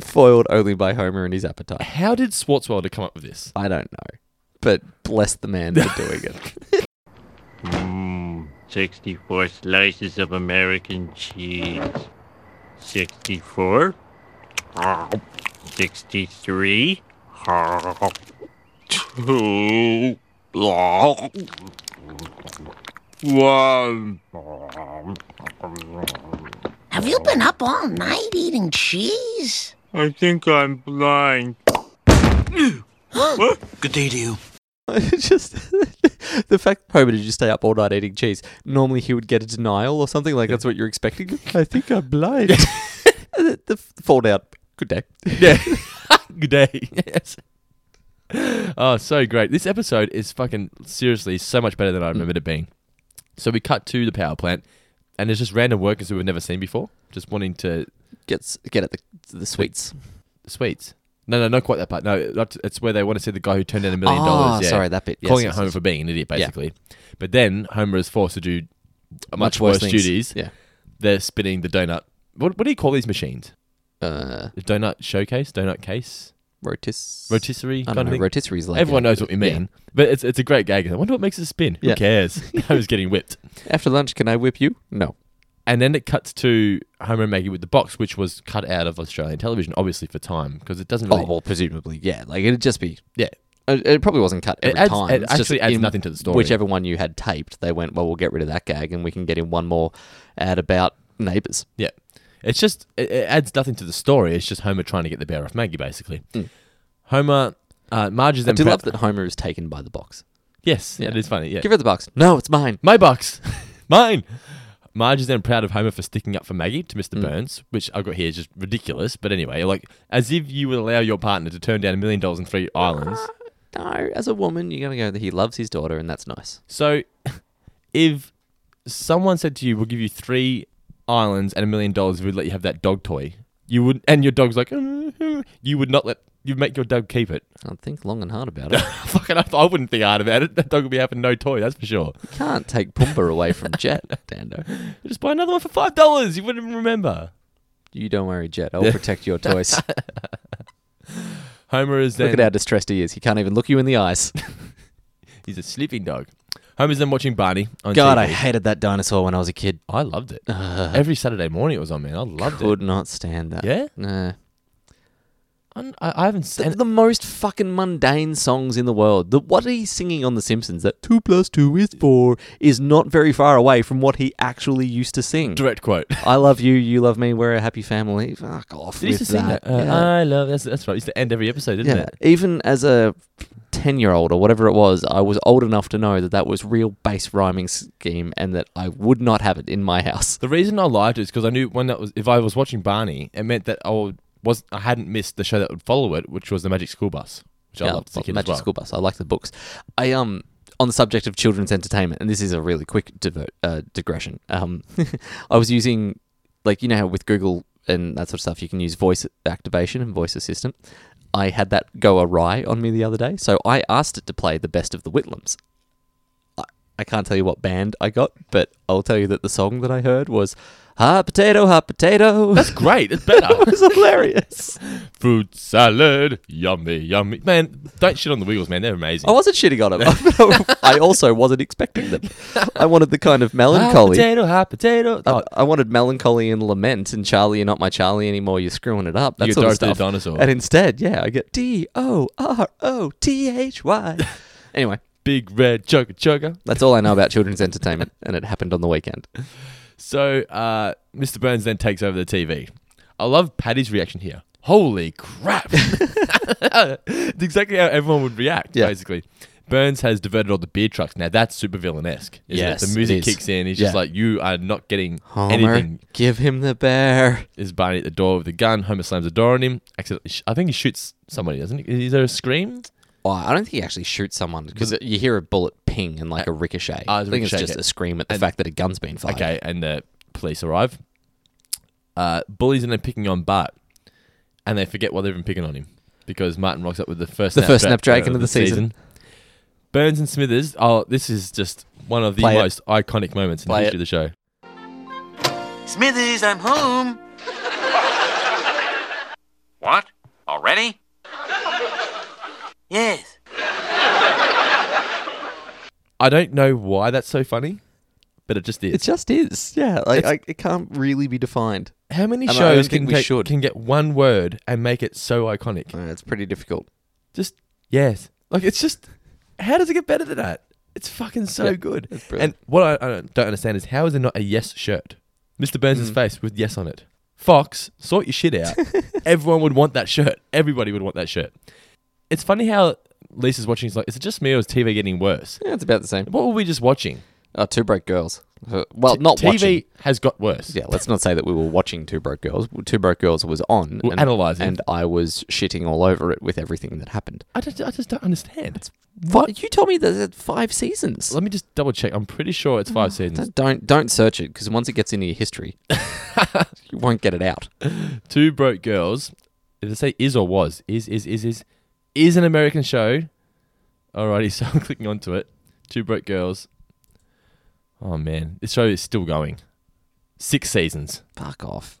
foiled only by Homer and his appetite.
How did Swartzwelder come up with this?
I don't know, but bless the man for doing it.
64 slices of American cheese. 64. 63. Two. One.
Have you been up all night eating cheese?
I think I'm blind.
Good day to you.
It's just the fact Homer did you stay up all night eating cheese. Normally he would get a denial or something like that's what you're expecting. I think I'm blind. the, the fall down. Good day.
Yeah. Good day. Yes. Oh, so great. This episode is fucking seriously so much better than I remembered it being. So we cut to the power plant, and there's just random workers who we've never seen before. just wanting to
get get at the the sweets.
sweets. No, no, not quite that part. No, that's, it's where they want to see the guy who turned down a million
Ah,
dollars. Yeah.
sorry, that bit. Yes,
Calling it
yes,
Homer
yes.
for being an idiot,
Yeah.
basically. But then Homer is forced to do much,
Much worse
worse,
things.
duties.
Yeah.
They're spinning the donut. What, what do you call these machines? Uh, the donut showcase, donut case,
rotis,
rotisserie.
I don't
kind of
know,
thing?
rotisserie's like
everyone
a-
knows what we
yeah.
mean. But it's it's a great gag. I wonder what makes it spin.
Yeah.
Who cares? Homer's getting whipped.
After lunch, can I whip you? No.
And then it cuts to Homer and Maggie with the box, which was cut out of Australian television, obviously for time, because it doesn't really.
Oh well, presumably, yeah. Like it'd just be
Yeah.
It, it probably wasn't cut
It
every
adds-
time.
it
It's just
actually adds
in
nothing to the story.
Whichever one you had taped, they went, well, we'll get rid of that gag and we can get in one more ad about neighbours.
Yeah. It's just, it, it adds nothing to the story. It's just Homer trying to get the bear off Maggie, basically. Homer, uh, Marge is
Hmm. I
then
do
proud-
love that Homer is taken by the box.
Yes, it is funny. Yeah.
Give her the box. No, it's mine.
My box. Mine. Marge is then proud of Homer for sticking up for Maggie to Mr. Burns, which I've got here is just ridiculous. But anyway, like, as if you would allow your partner to turn down a million dollars in three islands.
No, as a woman, you're going to go that he loves his daughter and that's nice.
So, if someone said to you, "We'll give you three islands and a million dollars if we let you have that dog toy," you would, and your dog's like, "Mm, mm," you would not let you would make your dog keep it.
I'll think long and hard about it.
Fucking, I, I wouldn't think hard about it. That dog would be having no toy, that's for sure.
you can't take Pumbaa away from Jet, Dando.
Just buy another one for five dollars. You wouldn't even remember.
You don't worry, Jet. I'll protect your toys.
Homer is then
Look at how distressed he is. He can't even look you in the eyes.
he's a sleeping dog. Homer's then watching Barney on
God, I
TV.
hated that dinosaur when I was a kid.
I loved it. Every Saturday morning it was on, man. I loved
Could
it.
not stand that.
Yeah?
Nah.
I, I haven't
the,
seen.
the most fucking mundane songs in the world. The, what he's singing on The Simpsons, that 2 plus 2 is 4, is not very far away from what he actually used to sing.
Direct quote.
I love you, you love me, we're a happy family. Fuck off
Did he
with
used to sing that? Uh,
yeah.
I love that's that's right. It used to end every episode, didn't
Yeah.
it?
Even as a 10 year old or whatever it was, I was old enough to know that that was real bass rhyming scheme and that I would not have it in my house.
The reason I liked it is because I knew when that was if I was watching Barney, it meant that I would- was I hadn't missed the show that would follow it, which was the Magic School Bus, which I loved as a kid
Magic
as well.
School Bus. I like the books. I um on the subject of children's entertainment, and this is a really quick divert, uh, digression. Um, I was using like you know how with Google and that sort of stuff, you can use voice activation and voice assistant. I had that go awry on me the other day, so I asked it to play the best of the Whitlams. I- I can't tell you what band I got, but I'll tell you that the song that I heard was "Hot Potato, Hot Potato."
That's great. It's better.
it was hilarious.
Fruit salad, yummy, yummy. Man, don't shit on the Wiggles, man. They're amazing.
I wasn't shitting on them. I also wasn't expecting them. I wanted the kind of melancholy.
Hot potato, hot potato.
I, I wanted melancholy and lament and Charlie, you're not my Charlie anymore. You're screwing it up. That
You
sort of
Dorothy the
stuff.
Dinosaur.
And instead, yeah, I get D O R O T H Y. Anyway,
big red chugga chugga.
that's all I know about children's entertainment, and it happened on the weekend.
So uh, Mr. Burns then takes over the TV. I love Patty's reaction here. Holy crap! It's exactly how everyone would react,
Yeah.
basically. Burns has diverted all the beer trucks. Now that's super villain esque.
Yes,
it?
it
the music
is.
kicks in. He's
Yeah.
just like, "You are not getting
Homer,
anything."
give him the bear.
Is Barney at the door with a gun? Homer slams the door on him. Accidentally, sh- I think he shoots somebody, doesn't he? Is there a scream?
Oh, I don't think he actually shoots someone because you hear a bullet ping and like a ricochet.
Ah,
I
it's
think
ricochet,
it's just
yeah.
a scream at the fact that a gun's been fired.
Okay, and the police arrive. Uh, bullies and they're picking on Bart, and they forget why they're even picking on him because Martin rocks up with the first uh,
The first
snapdrag-
snapdragon of the season.
Burns and Smithers. Oh, this is just one of the
Play it.
most iconic moments in
Play it.
the history of the show.
Smithers, I'm home.
What? Already?
Yes.
I don't know why that's so funny, but it just is.
It just is. Yeah, like
It's-
I, it can't really be defined.
How many
And I
shows
think
can
we
take-
should.
can get one word and make it so iconic?
Uh, it's pretty difficult.
Just yes. Like it's just how does it get better than that? It's fucking so
Yeah,
good.
it's
and
brilliant.
what I, I don't understand is how is there not a yes shirt? Mr.
Mm.
Burns' face with yes on it. Fox, sort your shit out. Everyone would want that shirt. Everybody would want that shirt. It's funny how Lisa's watching. It's like, is it just me or is TV getting worse?
Yeah, it's about the same.
What were we just watching?
Uh, two Broke Girls. Uh, well, not
TV
watching.
has got worse.
Yeah, let's not say that we were watching Two Broke Girls. Two Broke Girls was on.
We'll
and,
analyse it.
And I was shitting all over it with everything that happened.
I just, I just don't understand.
What? You told me there's five seasons.
Let me just double check. I'm pretty sure it's five seasons.
Don't- Don't don't search it because once it gets into your history, you won't get it out.
Two Broke Girls. Did it say is or was? Is, is, is, is. Is an American show. Alrighty, so I'm clicking onto it. Two Broke Girls. Oh, man. This show is still going. Six seasons.
Fuck off.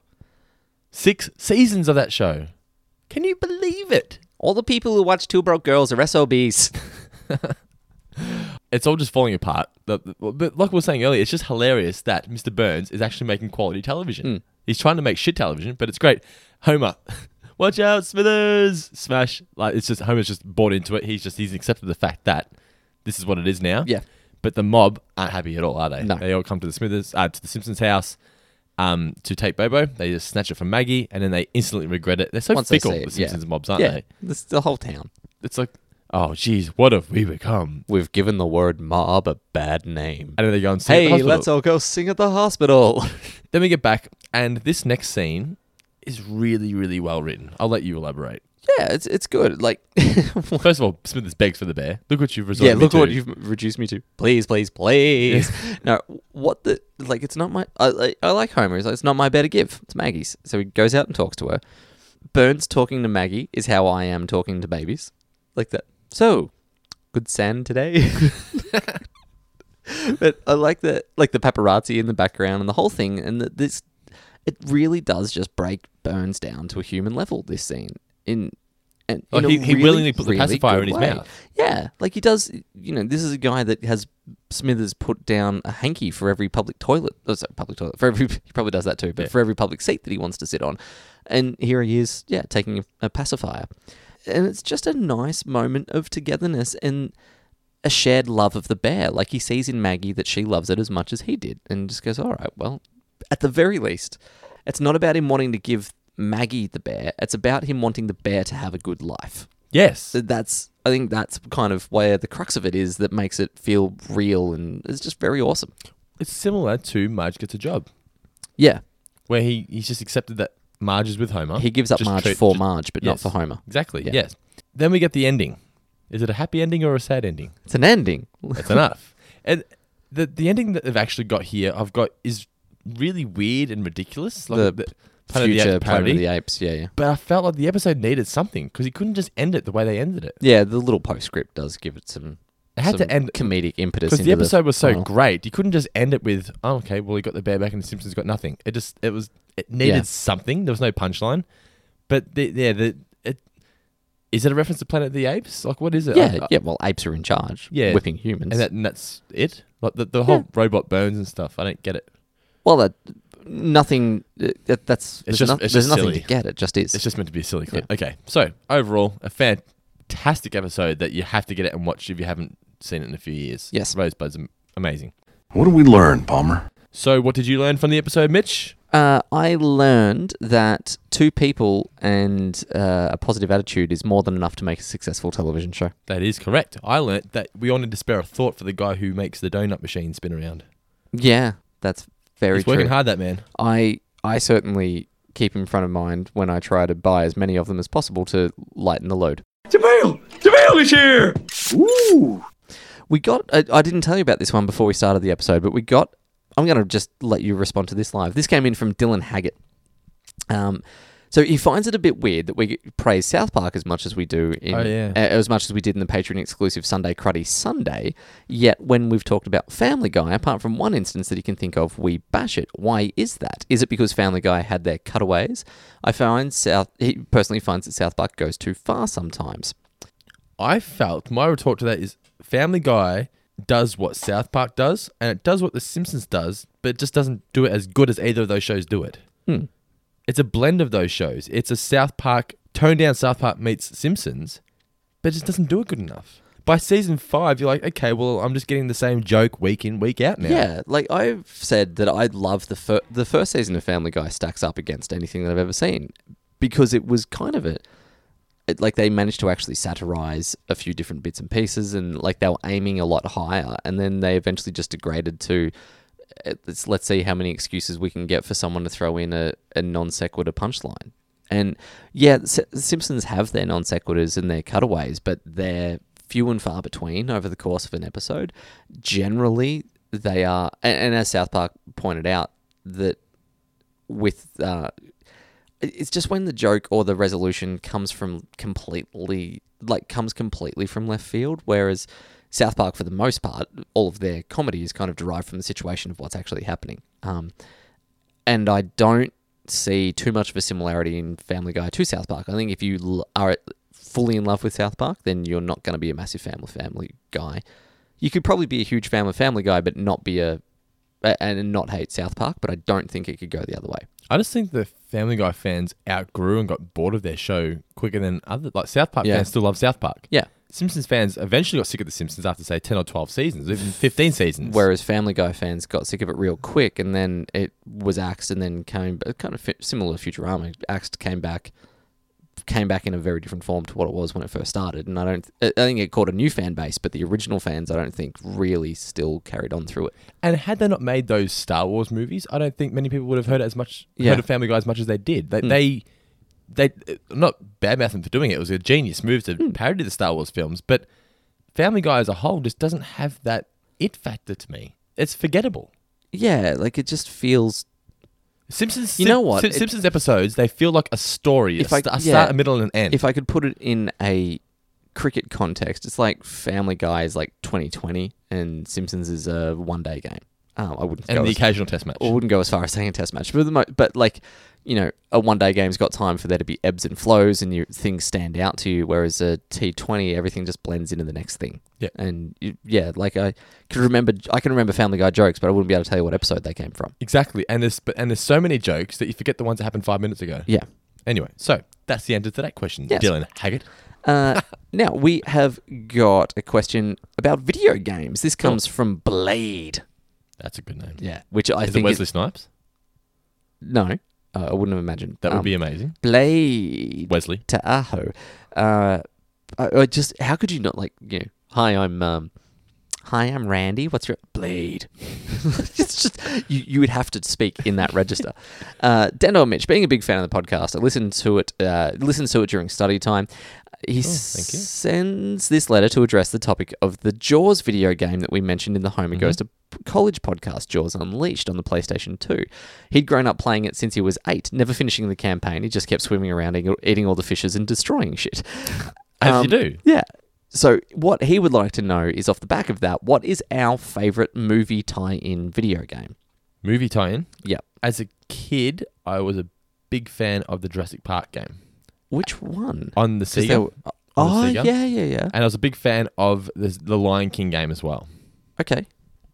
Six seasons of that show. Can you believe it?
All the people who watch Two Broke Girls are SOBs.
It's all just falling apart. The- the- But like we were saying earlier, it's just hilarious that Mr. Burns is actually making quality
Hmm.
television. He's trying to make shit television, but it's great. Homer, watch out, Smithers! Smash! Like it's just Homer's just bought into it. He's just he's accepted the fact that this is what it is now.
Yeah.
But the mob aren't happy at all, are they?
No.
They all come to the Smithers, uh, to the Simpsons house, um, to take Bobo. They just snatch it from Maggie, and then they instantly regret it. They're so
Once they
fickle,
see it,
the
yeah.
Simpsons mobs, aren't
yeah,
they?
this, the whole town.
It's like, oh, geez, what have we become?
We've given the word mob a bad name.
And then they go and sing at the
Hey,
hospital.
let's all go sing at the hospital.
Then we get back, and this next scene is really, really well written. I'll let you elaborate.
yeah, it's it's good. Like,
First of all, Smithers begs for the bear. Look what you've resorted
yeah, look
to.
what you've reduced me to. Please, please, please. no, what the like? It's not my. I, I, I like Homer. He's like, it's not my bear to give. It's Maggie's. So he goes out and talks to her. Burns talking to Maggie is how I am talking to babies, like that. So, good sand today. but I like the like the paparazzi in the background and the whole thing, and that this it really does just break Burns down to a human level. This scene in and
Oh,
in a
he- he
really,
willingly put the pacifier
good
in his
way.
mouth.
Yeah, like he does. You know, this is a guy that has Smithers put down a hanky for every public toilet. Oh, sorry, public toilet for every. He probably does that too, but for every public seat that he wants to sit on, and here he is, yeah, taking a, a pacifier, and it's just a nice moment of togetherness and a shared love of the bear. Like he sees in Maggie that she loves it as much as he did, and just goes, "All right, well, at the very least, it's not about him wanting to give." Maggie the bear. It's about him wanting the bear to have a good life.
Yes.
So that's I think that's kind of where the crux of it is that makes it feel real and it's just very awesome.
It's similar to Marge Gets a Job,
Yeah.
where he, he's just accepted that Marge is with Homer.
He gives up
Just
Marge
treat-
for
just-
Marge, but
yes.
not for Homer.
Exactly,
Yeah.
yes. Then we get the ending. Is it a happy ending or a sad ending?
It's an ending.
That's enough. And the the ending that they've actually got here, I've got, is really weird and ridiculous. Like
The
Planet of the
Future
Apes
Planet
parody.
of the Apes, yeah, yeah.
But I felt like the episode needed something because he couldn't just end it the way they ended it.
Yeah, the little postscript does give it some
It had to
some
end-
comedic impetus.
Because the
into
episode was so
final.
great, you couldn't just end it with, "Oh, okay, well, he got the bear back, and the Simpsons got nothing." It just, it was, it needed
Yeah.
something. There was no punchline. But the, yeah, the it is it a reference to Planet of the Apes? Like, what is it?
Yeah,
I- I-
yeah. Well, apes are in charge.
uh, Yeah.
whipping humans.
and, that, and that's it. Like the, the whole robot burns and stuff. I don't get it.
well, that nothing. That, that's there's,
just-
no-
it's
there's
just
nothing
silly.
to get. It just is.
It's just meant to be a silly clip. Okay, so overall, a fantastic episode that you have to get it and watch if you haven't seen it in a few years.
Yes.
Rosebud's am- amazing.
What did we learn, Palmer?
So, what did you learn from the episode, Mitch?
Uh, I learned that two people and uh, a positive attitude is more than enough to make a successful television show.
That is correct. I learnt that we all need to spare a thought for the guy who makes the donut machine spin around.
Yeah, that's very
He's
true.
working hard, that man.
I I certainly keep in front of mind when I try to buy as many of them as possible to lighten the load.
Jamil! Jamil is here! Ooh!
We got. I, I didn't tell you about this one before we started the episode, but we got. I'm going to just let you respond to this live. This came in from Dylan Haggett. Um, so he finds it a bit weird that we praise South Park as much as we do in
Oh, yeah.
a- as much as we did in the Patreon exclusive Sunday Cruddy Sunday. Yet when we've talked about Family Guy, apart from one instance that he can think of, we bash it. Why is that? Is it because Family Guy had their cutaways? I find South he personally finds that South Park goes too far sometimes.
I felt my retort to that is Family Guy does what South Park does, and it does what The Simpsons does, but it just doesn't do it as good as either of those shows do it.
Hmm.
It's a blend of those shows. It's a South Park, toned down South Park meets Simpsons, but it just doesn't do it good enough. By season five, you're like, okay, well, I'm just getting the same joke week in, week out now.
Yeah, like I've said that I love the fir- the first season of Family Guy stacks up against anything that I've ever seen because it was kind of a it- like they managed to actually satirize a few different bits and pieces, and like they were aiming a lot higher, and then they eventually just degraded to. uh, Let's, let's see how many excuses we can get for someone to throw in a, a non sequitur punchline. And yeah, S- Simpsons have their non sequiturs and their cutaways, but they're few and far between over the course of an episode. Generally, they are, and, and as South Park pointed out, that with uh, it- it's just when the joke or the resolution comes from completely like comes completely from left field whereas south park for the most part all of their comedy is kind of derived from the situation of what's actually happening um, and i don't see too much of a similarity in family guy to south park i think if you l- are fully in love with south park then you're not going to be a massive family family guy you could probably be a huge fan of family guy but not be a a- and not hate south park but i don't think it could go the other way
I just think the Family Guy fans outgrew and got bored of their show quicker than other like South Park
Yeah.
fans still love South Park.
Yeah.
Simpsons fans eventually got sick of the Simpsons after say ten or twelve seasons, even fifteen seasons.
Whereas Family Guy fans got sick of it real quick, and then it was axed, and then came but kind of fi- similar to Futurama. Axed came back, came back in a very different form to what it was when it first started. And I don't, I I think it caught a new fan base, but the original fans, I don't think, really still carried on through it.
And had they not made those Star Wars movies, I don't think many people would have heard as much
Yeah.
heard of Family Guy as much as they did. They
Mm.
they they I'm not badmouthing them for doing it. It was a genius move to
Hmm.
parody the Star Wars films, but Family Guy as a whole just doesn't have that it factor to me. It's forgettable.
Yeah, like it just feels.
Simpsons.
You
Sim-
know what?
Sim-
It-
Simpsons episodes they feel like a story. a, sta- a start, a middle, and an end.
If I could put it in a cricket context, it's like Family Guy is like 2020 and Simpsons is a one day game. Um, I wouldn't
And
go Oh.
the
as-
occasional test match.
I wouldn't go as far as saying a test match, but the mo- but like you know, a one day game's got time for there to be ebbs and flows, and you, things stand out to you. Whereas a T Twenty, everything just blends into the next thing.
Yeah.
and you, yeah, like I could remember, I can remember Family Guy jokes, but I wouldn't be able to tell you what episode they came from.
Exactly, and there's but and there's so many jokes that you forget the ones that happened five minutes ago.
Yeah.
Anyway, so that's the answer to that question,
Yes.
Dylan Haggard.
Uh, now we have got a question about video games.
Oh.
This comes from Blade.
That's a good name.
Yeah, which I
Is
think
it Wesley
is-
Snipes.
No, uh, I wouldn't have imagined.
That would be amazing.
Blade
Wesley
Taaho. Uh, I, I just how could you not like you? Know, hi, I'm um, hi, I'm Randy. What's your Blade? it's just you, you would have to speak in that register. Uh, Dando Mitch, being a big fan of the podcast, I listened to it. Uh, listened to it during study time. He sends this letter to address the topic of the Jaws video game that we mentioned in the Homer Goes to College podcast, Jaws Unleashed, on the PlayStation 2. He'd grown up playing it since he was eight, never finishing the campaign. He just kept swimming around, eating- eating all the fishes, and destroying shit.
As
um,
you do.
Yeah. So, what he would like to know is off the back of that, what is our favorite movie tie in video game?
movie tie-in.
Yep.
As a kid, I was a big fan of the Jurassic Park game.
Which one?
On the
'Cause they
Sega.
were-
On the
Oh,
Sega.
yeah, yeah, yeah.
And I was a big fan of the, the Lion King game as well.
Okay.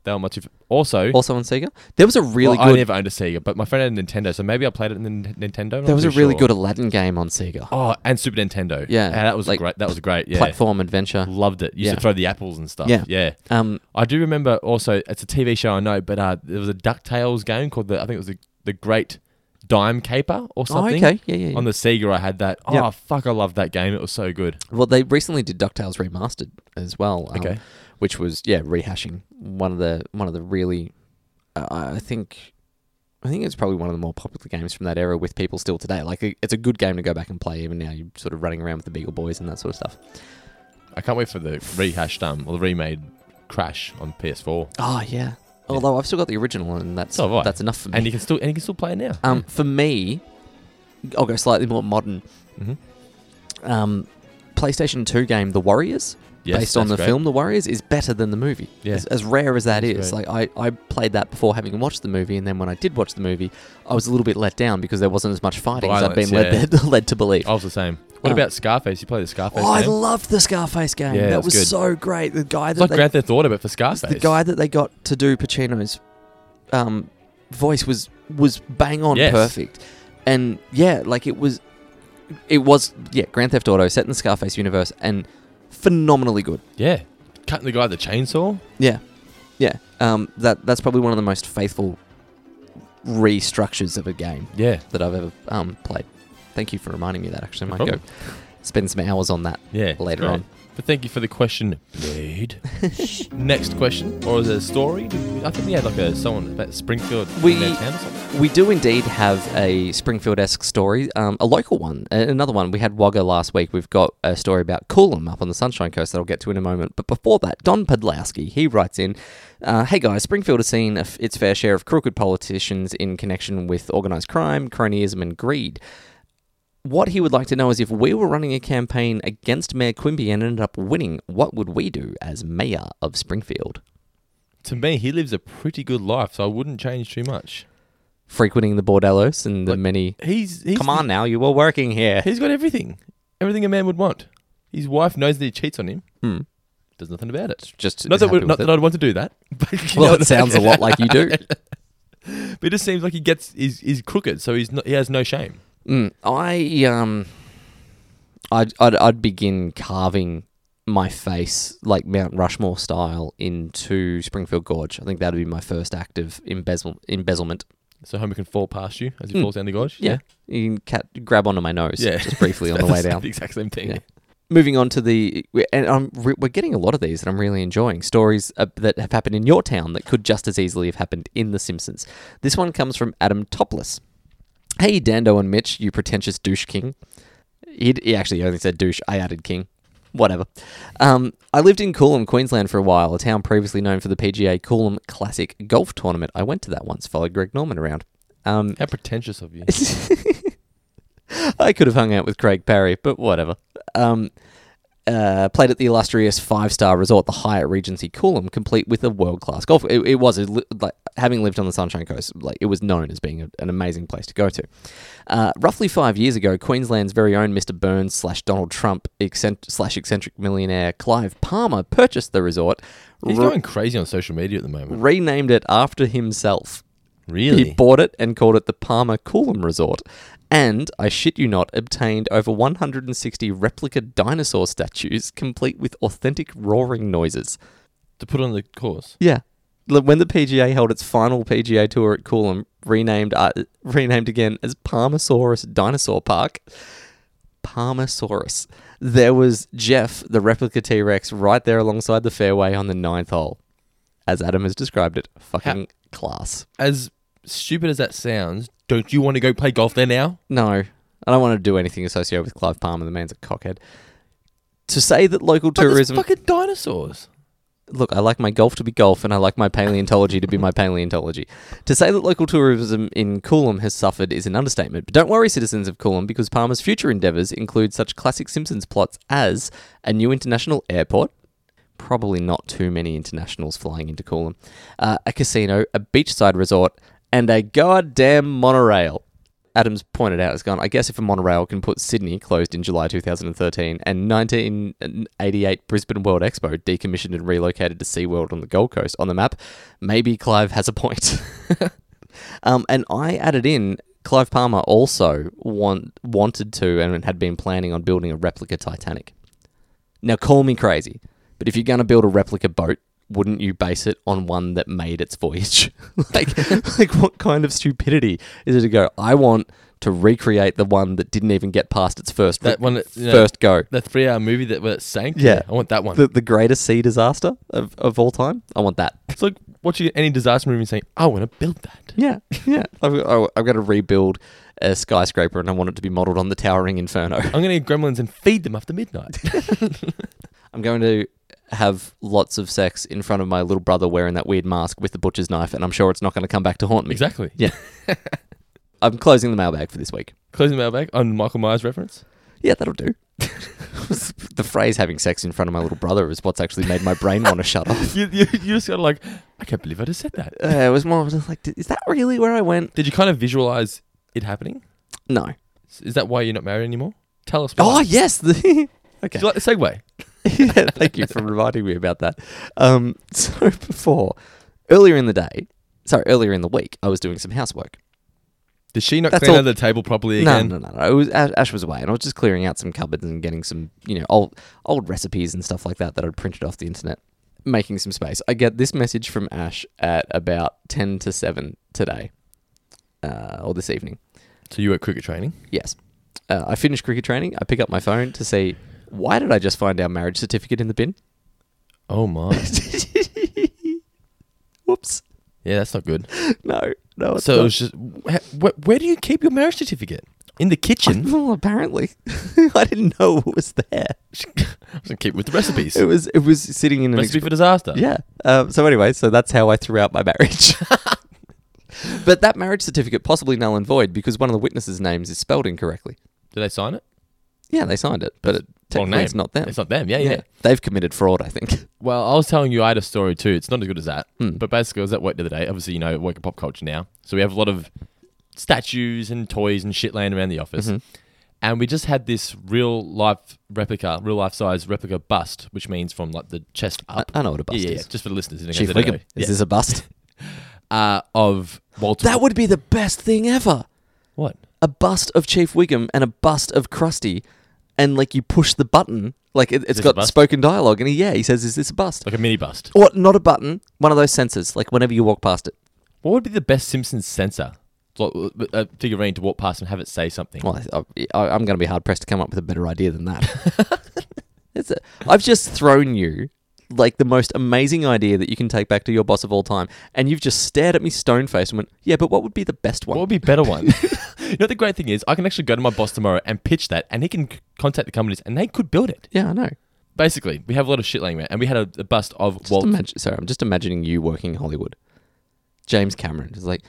They were much. of- Also,
Also on Sega? There was a really
Well, I
good.
never owned a Sega, but my friend had a Nintendo, so maybe I played it in the N- Nintendo. I'm
there
not
was a
too
really
sure.
good Aladdin game on Sega.
Oh, and Super Nintendo.
Yeah,
that was
like
great. That was great. Yeah,
platform adventure.
Loved it. Used
Yeah.
to throw the apples and stuff.
Yeah.
Yeah, yeah.
Um,
I do remember also. It's a TV show I know, but uh, there was a Ducktales game called the I think it was the, the Great Dime Caper or something.
Oh, okay. Yeah, yeah, yeah.
On the Sega, I had that. Oh
Yeah.
fuck, I loved that game. It was so good.
Well, they recently did Ducktales remastered as well. um,
Okay.
which was yeah rehashing one of the one of the really, uh, I think, I think it's probably one of the more popular games from that era with people still today. Like it- it's a good game to go back and play even now. You're sort of running around with the Beagle Boys and that sort of stuff.
I can't wait for the rehashed um or the remade Crash on PS4.
Oh yeah. Although I've still got the original and that's
Ah, So have I.
that's enough for me.
And you can still and you can still play it now.
Um, for me, I'll go slightly more modern.
Mhm.
Um, PlayStation Two game, The Warriors,
Yes,
based on
that's
the
great.
film The Warriors, is better than the movie.
Yeah.
As, as rare as that is,
That's
like I, I played that before having watched the movie, and then when I did watch the movie, I was a little bit let down because there wasn't as much fighting as I've
Violence,
been led
yeah. Oh,
led to believe.
I was the same. What
Um,
about Scarface? You play the Scarface
Oh, I
game?
loved the Scarface game.
Yeah,
that
that's
was
good.
so great. The guy
It's
that
like
they,
Grand Theft Auto, but for Scarface.
the guy that they got to do Pacino's um, voice was was bang on
Yes.
perfect, and yeah, like it was, it was yeah Grand Theft Auto set in the Scarface universe and phenomenally good.
Yeah, cutting the guy with the chainsaw.
Yeah, yeah. Um, that that's probably one of the most faithful restructures of a game
Yeah.
that I've ever um, played. Thank you for reminding me of that. Actually, I might
No
go.
problem.
spend some hours on that
yeah,
later
great.
on.
But thank you for the question, Blade. Next question, or is it a story? Did we- I think we had like a someone about Springfield in
We
their town or something.
we do indeed have a Springfield-esque story, um, a local one, a- another one. We had Wagga last week. We've got a story about Coolum up on the Sunshine Coast that I'll get to in a moment. But before that, Don Podlowski he writes in, uh, "Hey guys, Springfield has seen a f- its fair share of crooked politicians in connection with organised crime, cronyism, and greed." What he would like to know is if we were running a campaign against Mayor Quimby and ended up winning, what would we do as mayor of Springfield?
To me, he lives a pretty good life, so I wouldn't change too much.
Frequenting the bordellos and the many.
He's, he's
Come on now, you were working here.
He's got everything, everything a man would want. His wife knows that he cheats on him.
Hmm.
Does nothing about it.
Just
not
is
that, we-
happy with
not
it.
that I'd want to do that. But you
Well,
know
it
what
sounds a lot like you do.
but it just seems like he gets he's, he's crooked, so he's not, he has no shame.
Mm, I um, I'd, I'd I'd begin carving my face like Mount Rushmore style into Springfield Gorge. I think that'd be my first act of embezzle, embezzlement.
So Homer can fall past you as he
Mm.
falls down the gorge.
Yeah, you can cat, grab onto my nose.
Yeah.
just briefly on the
That's
way down.
The exact same thing.
Yeah. Moving on to the, and I'm re- we're getting a lot of these that I'm really enjoying. Stories uh, that have happened in your town that could just as easily have happened in The Simpsons. This one comes from Adam Topless. Hey, Dando and Mitch, you pretentious douche king. He'd, he actually only said douche. I added king. Whatever. Um, I lived in Coolum, Queensland for a while, a town previously known for the PGA Coolum Classic Golf Tournament. I went to that once, followed Greg Norman around. Um,
How pretentious of you.
I could have hung out with Craig Parry, but whatever. Um, uh, played at the illustrious five-star resort, the Hyatt Regency Coolum, complete with a world-class golf. It, it was a, li- like having lived on the Sunshine Coast, like it was known as being a, an amazing place to go to. Uh, roughly five years ago, Queensland's very own Mr. Burns slash Donald Trump eccent- slash eccentric millionaire Clive Palmer purchased the resort.
He's
re-
going crazy on social media at the moment.
renamed it after himself.
Really?
He bought it and called it the Palmer Coolum Resort. And, I shit you not, obtained over 160 replica dinosaur statues complete with authentic roaring noises.
To put on the course.
Yeah. L- When the PGA held its final PGA tour at Coolum, renamed, uh, renamed again as Palmasaurus Dinosaur Park, Palmasaurus, there was Jeff, the replica T Rex, right there alongside the fairway on the ninth hole. As Adam has described it, fucking class.
As stupid as that sounds, don't you want to go play golf there now?
No, I don't want to do anything associated with Clive Palmer. The man's a cockhead. To say that local
But there's
tourism.
fucking dinosaurs.
Look, I like my golf to be golf, and I like my paleontology to be my paleontology. To say that local tourism in Coolum has suffered is an understatement. But don't worry, citizens of Coolum, because Palmer's future endeavours include such classic Simpsons plots as a new international airport. Probably not too many internationals flying into Coolum. Uh, a casino, a beachside resort, and a goddamn monorail. Adams pointed out, it's gone. I guess if a monorail can put Sydney closed in July 2013 and 1988 Brisbane World Expo decommissioned and relocated to SeaWorld on the Gold Coast on the map, maybe Clive has a point. um, and I added in Clive Palmer also want, wanted to and had been planning on building a replica Titanic. Now, call me crazy, but if you're going to build a replica boat, wouldn't you base it on one that made its voyage? like, like what kind of stupidity is it to go? I want to recreate the one that didn't even get past its first
That one that, you know,
first go.
The three hour movie that where it sank.
Yeah.
I want that one.
The, the greatest sea disaster of, of all time. I want that.
it's like watching any disaster movie and saying, I want to build that.
Yeah, yeah. I've, I- I've got to rebuild a skyscraper, and I want it to be modelled on the towering inferno.
I'm going to get gremlins and feed them after midnight.
I'm going to have lots of sex in front of my little brother wearing that weird mask with the butcher's knife, and I'm sure it's not going to come back to haunt me.
exactly.
Yeah. I'm closing the mailbag for this week.
Closing the mailbag on Michael Myers reference.
Yeah, that'll do. the phrase "having sex in front of my little brother" is what's actually made my brain want to shut off.
You, you, you just got to like, I can't believe I just said that.
Uh, it was more I was just like, is that really where I went?
Did you kind of visualize it happening?
No.
Is that why you're not married anymore? Tell us.
Oh
Why.
yes. The okay.
Do you like the segue?
yeah, thank you for reminding me about that. Um, so before, earlier in the day, sorry, earlier in the week, I was doing some housework.
Did she not
That's
clean
all-
out the table properly
No,
again?
no, no, no. It was, Ash, Ash was away, and I was just clearing out some cupboards and getting some, you know, old old recipes and stuff like that that I'd printed off the internet, making some space. I get this message from Ash at about ten to seven today, uh, or this evening.
So you were at cricket training.
Yes. Uh, I finish cricket training. I pick up my phone to see why did I just find our marriage certificate in the bin?
Oh my!
Whoops.
Yeah, that's not good.
No, no. It's
so
not.
it was just. wh- wh- where do you keep your marriage certificate? In the kitchen.
well, apparently, I didn't know it was there.
I was gonna keep with the recipes.
It was it was sitting in an
Recipe
exp-
for disaster.
Yeah. Um, so anyway, so that's how I threw out my marriage. but that marriage certificate possibly null and void because one of the witnesses' names is spelled incorrectly.
Did they sign it?
Yeah, they signed it, but it,
Wrong
technically it's
name.
not them.
It's not them. Yeah, yeah.
They've committed fraud, I think.
Well, I was telling you I had a story too. It's not as good as that,
Hmm.
but basically, I was at work the other day. Obviously, you know, work in pop culture now, so we have a lot of statues and toys and shit laying around the office.
Mm-hmm.
And we just had this real life replica, real life size replica bust, which means from like the chest up.
I know what a bust
yeah, yeah,
is.
Yeah, just for the listeners. in case
Chief
they don't
Wiggum,
know.
is
Yeah.
this a bust?
uh, of Walter?
that would be the best thing ever.
what?
A bust of Chief Wiggum and a bust of Krusty, and like you push the button, like it,
this
it's
a
got
bust?
spoken dialogue, and he, yeah, he says, "Is this a bust?"
Like a mini bust.
Or not a button, one of those sensors, like whenever you walk past it.
What would be the best Simpsons sensor? Like, uh, a figurine to walk past and have it say something.
Well, I, I, I'm going to be hard pressed to come up with a better idea than that. it's a, I've just thrown you like the most amazing idea that you can take back to your boss of all time, and you've just stared at me stone faced and went, "Yeah, but what would be the best one?"
What would be a better one? you know, the great thing is, I can actually go to my boss tomorrow and pitch that, and he can c- contact the companies, and they could build it.
yeah, I know.
Basically, we have a lot of shit laying around, and we had a, a bust of Walt.
Just imagine, sorry, I'm just imagining you working in Hollywood. James Cameron is like,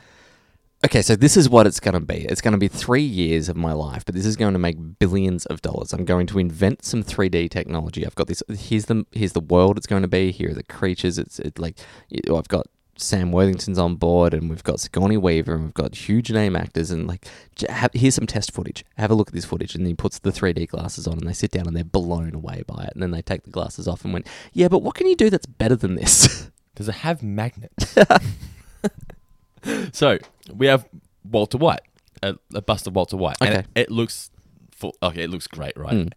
okay, so this is what it's going to be. It's going to be three years of my life, but this is going to make billions of dollars. I'm going to invent some 3D technology. I've got this. Here's the here's the world it's going to be. Here are the creatures. It's it like you- I've got Sam Worthington's on board, and we've got Sigourney Weaver, and we've got huge name actors, and like j- have, here's some test footage. Have a look at this footage, and he puts the 3D glasses on, and they sit down, and they're blown away by it, and then they take the glasses off and went, yeah, but what can you do that's better than this?
Does it have magnets? so we have Walter White, a, a bust of Walter White, and
Okay.
it, it looks, full, okay, it looks great, right?
Mm.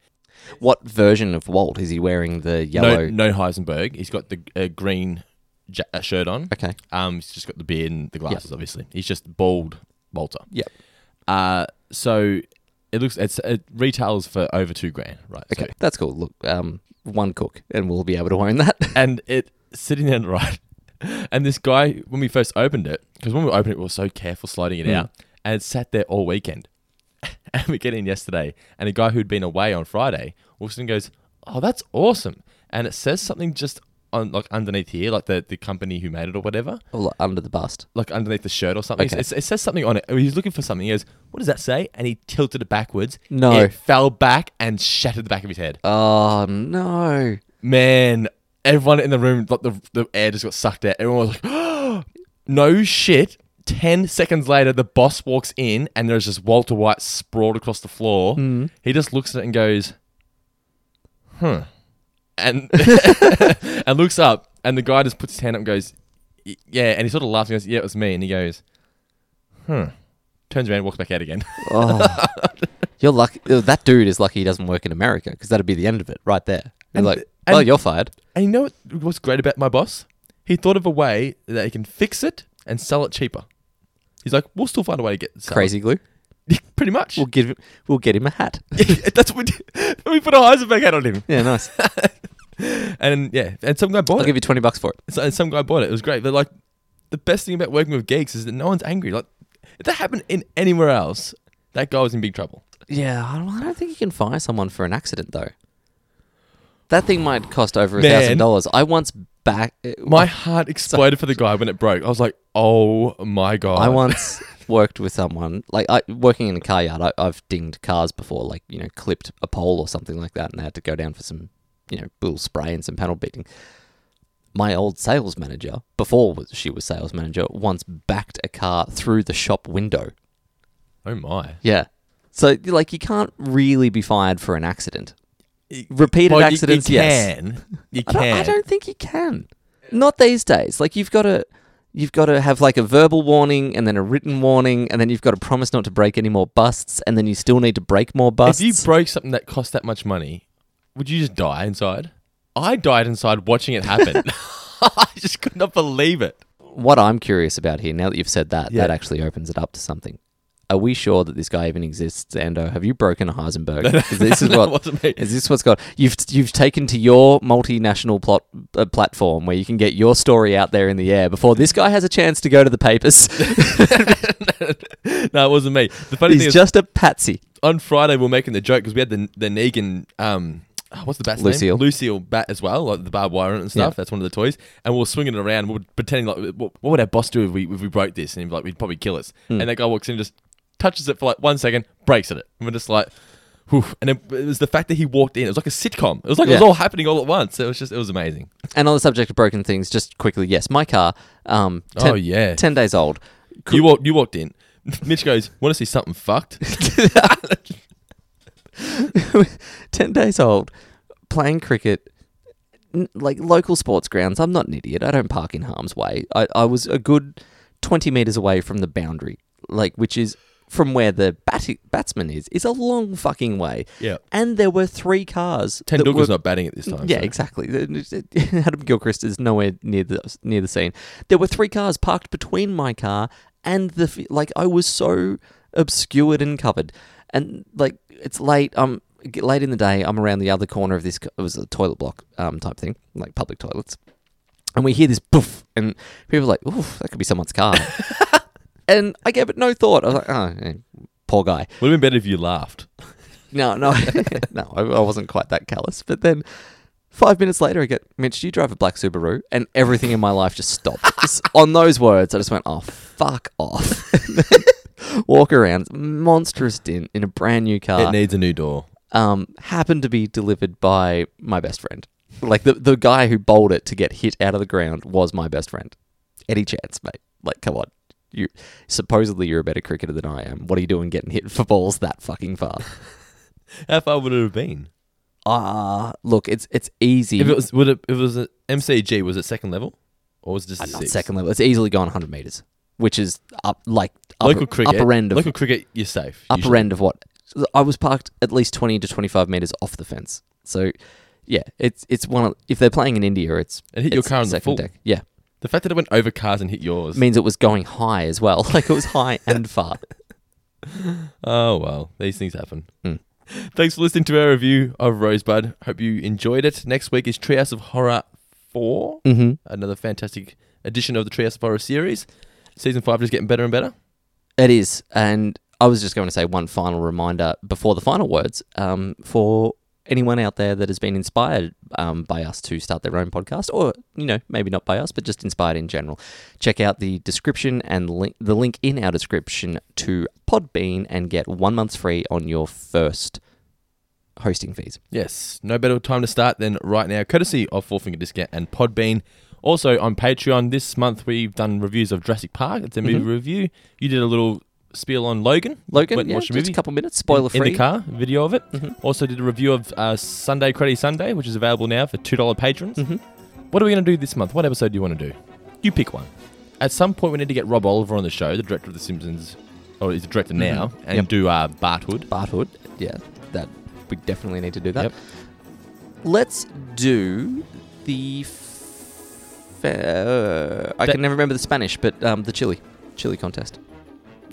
What version of Walt is he wearing? The
No,
yellow.
no Heisenberg. He's got the uh, green ja- uh, shirt on.
Okay.
Um, he's just got the beard and the glasses. Obviously, he's just bald Walter.
Yep.
Uh, so it looks it's it retails for over two grand, right? So-
Okay, that's cool. Look, um, one cook, and we'll be able to own that.
and it sitting down right, and this guy when we first opened it because when we opened it we were so careful sliding it
Mm.
out, and it sat there all weekend. and we get in yesterday, and a guy who'd been away on Friday walks in and goes, "Oh, that's awesome!" And it says something just on like underneath here, like the the company who made it or whatever.
Or, like, under the bust.
like underneath the shirt or something.
Okay.
It, it says something on it. He was looking for something. He goes, "What does that say?" And he tilted it backwards.
No.
it fell back and shattered the back of his head.
Oh no!
Man, everyone in the room, like the the air just got sucked out. Everyone was like, "No shit." Ten seconds later, the boss walks in, and there's just Walter White sprawled across the floor. He just looks at it and goes, "Huh," and and looks up, and the guy just puts his hand up and goes, "Y- "Yeah," and he sort of laughs and goes, "Yeah, it was me," and he goes, "Hmm." Turns around, walks back out again.
Oh, you're lucky. oh, That dude is lucky he doesn't work in America because that'd be the end of it right there. You're
And
like,
the-
well,
and-
you're fired.
And you know what, what's great about my boss? He thought of a way that he can fix it and sell it cheaper. He's like, we'll still find a way to get sell
Crazy glue.
it." Pretty much.
We'll give him. We'll get him a hat.
That's what we did. We put a Heisenberg hat on him.
Yeah, nice.
And yeah, and some guy bought
I'll
it.
give you twenty bucks for it.
So- and some guy bought it. It was great. But like, the best thing about working with geeks is that no one's angry. Like, if that happened in anywhere else, that guy was in big trouble.
Yeah, I don't, I don't think you can fire someone for an accident though. That thing might cost over a
Man.
thousand dollars. I once back.
My heart exploded for the guy when it broke. I was like, oh my God.
I once worked with someone, like I, working in a car yard. I, I've dinged cars before, like you know, clipped a pole or something like that, and they had to go down for some, you know, bull spray and some panel beating. My old sales manager, before was- she was sales manager, once backed a car through the shop window.
Oh my.
Yeah, so like you can't really be fired for an accident. Repeated
Well, you-
accidents,
you,
yes.
can. You
I
can.
don't, I don't think you can. Not these days. Like you've got to, you've got to have like a verbal warning and then a written warning, and then you've got to promise not to break any more busts, and then you still need to break more busts.
If you broke something that cost that much money, would you just die inside? I died inside watching it happen. I just could not believe it.
what I'm curious about here, now that you've said that,
Yeah.
that actually opens it up to something. Are we sure that this guy even exists, Ando? Have you broken a Heisenberg? 'Cause this is
No,
what
it wasn't me.
is this what's got you've you've taken to your multinational plot uh, platform where you can get your story out there in the air before this guy has a chance to go to the papers.
no, it wasn't me. The funny
He's
thing is,
just a patsy.
on Friday we are making the joke because we had the the Negan. Um, what's the bat's
Lucille.
name? Lucille bat as well, like the barbed wire on it and stuff.
Yeah.
That's one of the toys, and we are swinging it around. We are pretending like, what, what would our boss do if we if we broke this? And he'd be like, we'd probably kill us.
Hmm.
And that guy walks in, and just touches it for like one second, breaks it, and we're just like. Whew. And then it was the fact that he walked in. It was like a sitcom. It was like it was
Yeah.
all happening all at once. It was just, it was amazing.
And on the subject of broken things, just quickly, yes, my car. Um, ten,
Oh, yeah.
ten days old.
You walked, you walked in. Mitch goes, "Want to see something fucked?"
ten days old, playing cricket, n- like local sports grounds. I'm not an idiot. I don't park in harm's way. I, I was a good twenty meters away from the boundary, like which is from where the bat- batsman is. It's a long fucking way.
Yeah.
And there were three cars. that
Tendulkar's
were-
not batting at this time.
Yeah,
so.
exactly. The- Adam Gilchrist is nowhere near the near the scene. There were three cars parked between my car and the f- like. I was so obscured and covered, and like it's late. I'm g- late in the day. I'm around the other corner of this. c- It was a toilet block um, type thing, like public toilets. And we hear this poof, and people are like, "Oof, that could be someone's car." and I gave it no thought. I was like, "Oh, eh, poor guy."
Would have been better if you laughed.
No, no, no. I, I wasn't quite that callous. But then five minutes later, I get Mitch. Do you drive a black Subaru? And everything in my life just stopped Just on those words. I just went, "Oh, fuck off." Walk around, monstrous dent in a brand new car.
It needs a new door.
um, happened to be delivered by my best friend. Like the the guy who bowled it to get hit out of the ground was my best friend. Any chance, mate? Like, come on. You supposedly you're a better cricketer than I am. What are you doing getting hit for balls that fucking far?
How far would it have been?
Ah, look, it's it's easy.
If it was, would it, if it was a MCG, was it second level, or was it just a
Uh, not
six?
second level. It's easily gone 100 meters, which is up like upper,
Local cricket,
upper end of
local cricket, you're safe.
upper
usually.
end of what I was parked at least 20 to 25 meters off the fence. So yeah, it's it's one of if they're playing in India, it's
And hit your
it's
car in the
second
full.
deck. Yeah,
The fact that it went over cars and hit yours.
means it was going high as well. Like it was high and far.
oh well, these things happen.
Mm.
Thanks for listening to our review of Rosebud. Hope you enjoyed it. Next week is Treehouse of Horror 4
Mhm.
another fantastic edition of the Treehouse of Horror series. Season five is getting better and better.
It is. And I was just going to say one final reminder before the final words um, for anyone out there that has been inspired um, by us to start their own podcast, or, you know, maybe not by us, but just inspired in general. Check out the description and link, the link in our description to Podbean and get one month's free on your first hosting fees.
Yes, no better time to start than right now, courtesy of Four Finger Discount and Podbean. Also on Patreon this month, we've done reviews of Jurassic Park. It's a movie
Mhm.
review. You did a little spiel on Logan.
Logan,
Went and
yeah,
watched the
just
movie.
a couple Mm-hmm. minutes, spoiler
in,
free.
in the car video of it. Also did a review of uh, Sunday Credit Sunday, which is available now for two dollar patrons.
Mm-hmm.
What are we going to do this month? What episode do you want to do? You pick one. At some point, we need to get Rob Oliver on the show, the director of The Simpsons, or he's the director now, and
Mm-hmm. Yep.
do uh, Bartwood.
Barthood, yeah, that we definitely need to do that.
Yep.
Let's do the. F- uh, I
That-
can never remember the Spanish, but um, the chili, chili contest.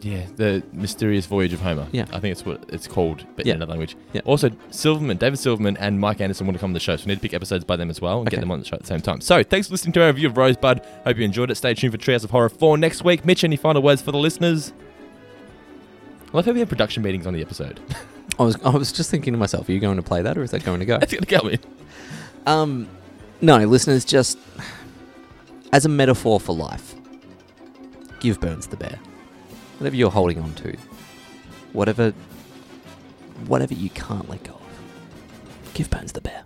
Yeah, the mysterious voyage of Homer.
Yeah.
I think it's what it's called, but
Yeah.
in another language.
Yeah.
Also, Silverman, David Silverman, and Mike Anderson want to come on the show, so we need to pick episodes by them as well and get
Okay.
them on the show at the same time. So, thanks for listening to our review of Rosebud. Hope you enjoyed it. Stay tuned for Treehouse of Horror four next week. Mitch, any final words for the listeners? I love how we have production meetings on the episode.
I was I was just thinking to myself, are you going to play that or is that going to go?
That's gonna go in.
um, no, listeners, just as a metaphor for life, give Burns the bear. Whatever you're holding on to, whatever, whatever you can't let go of, give Burns the bear.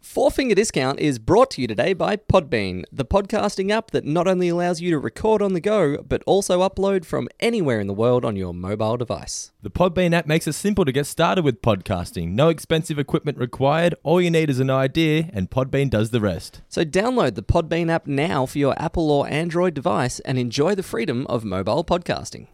Four Finger Discount is brought to you today by Podbean, the podcasting app that not only allows you to record on the go, but also upload from anywhere in the world on your mobile device.
The Podbean app makes it simple to get started with podcasting. No expensive equipment required. All you need is an idea, and Podbean does the rest.
So download the Podbean app now for your Apple or Android device and enjoy the freedom of mobile podcasting.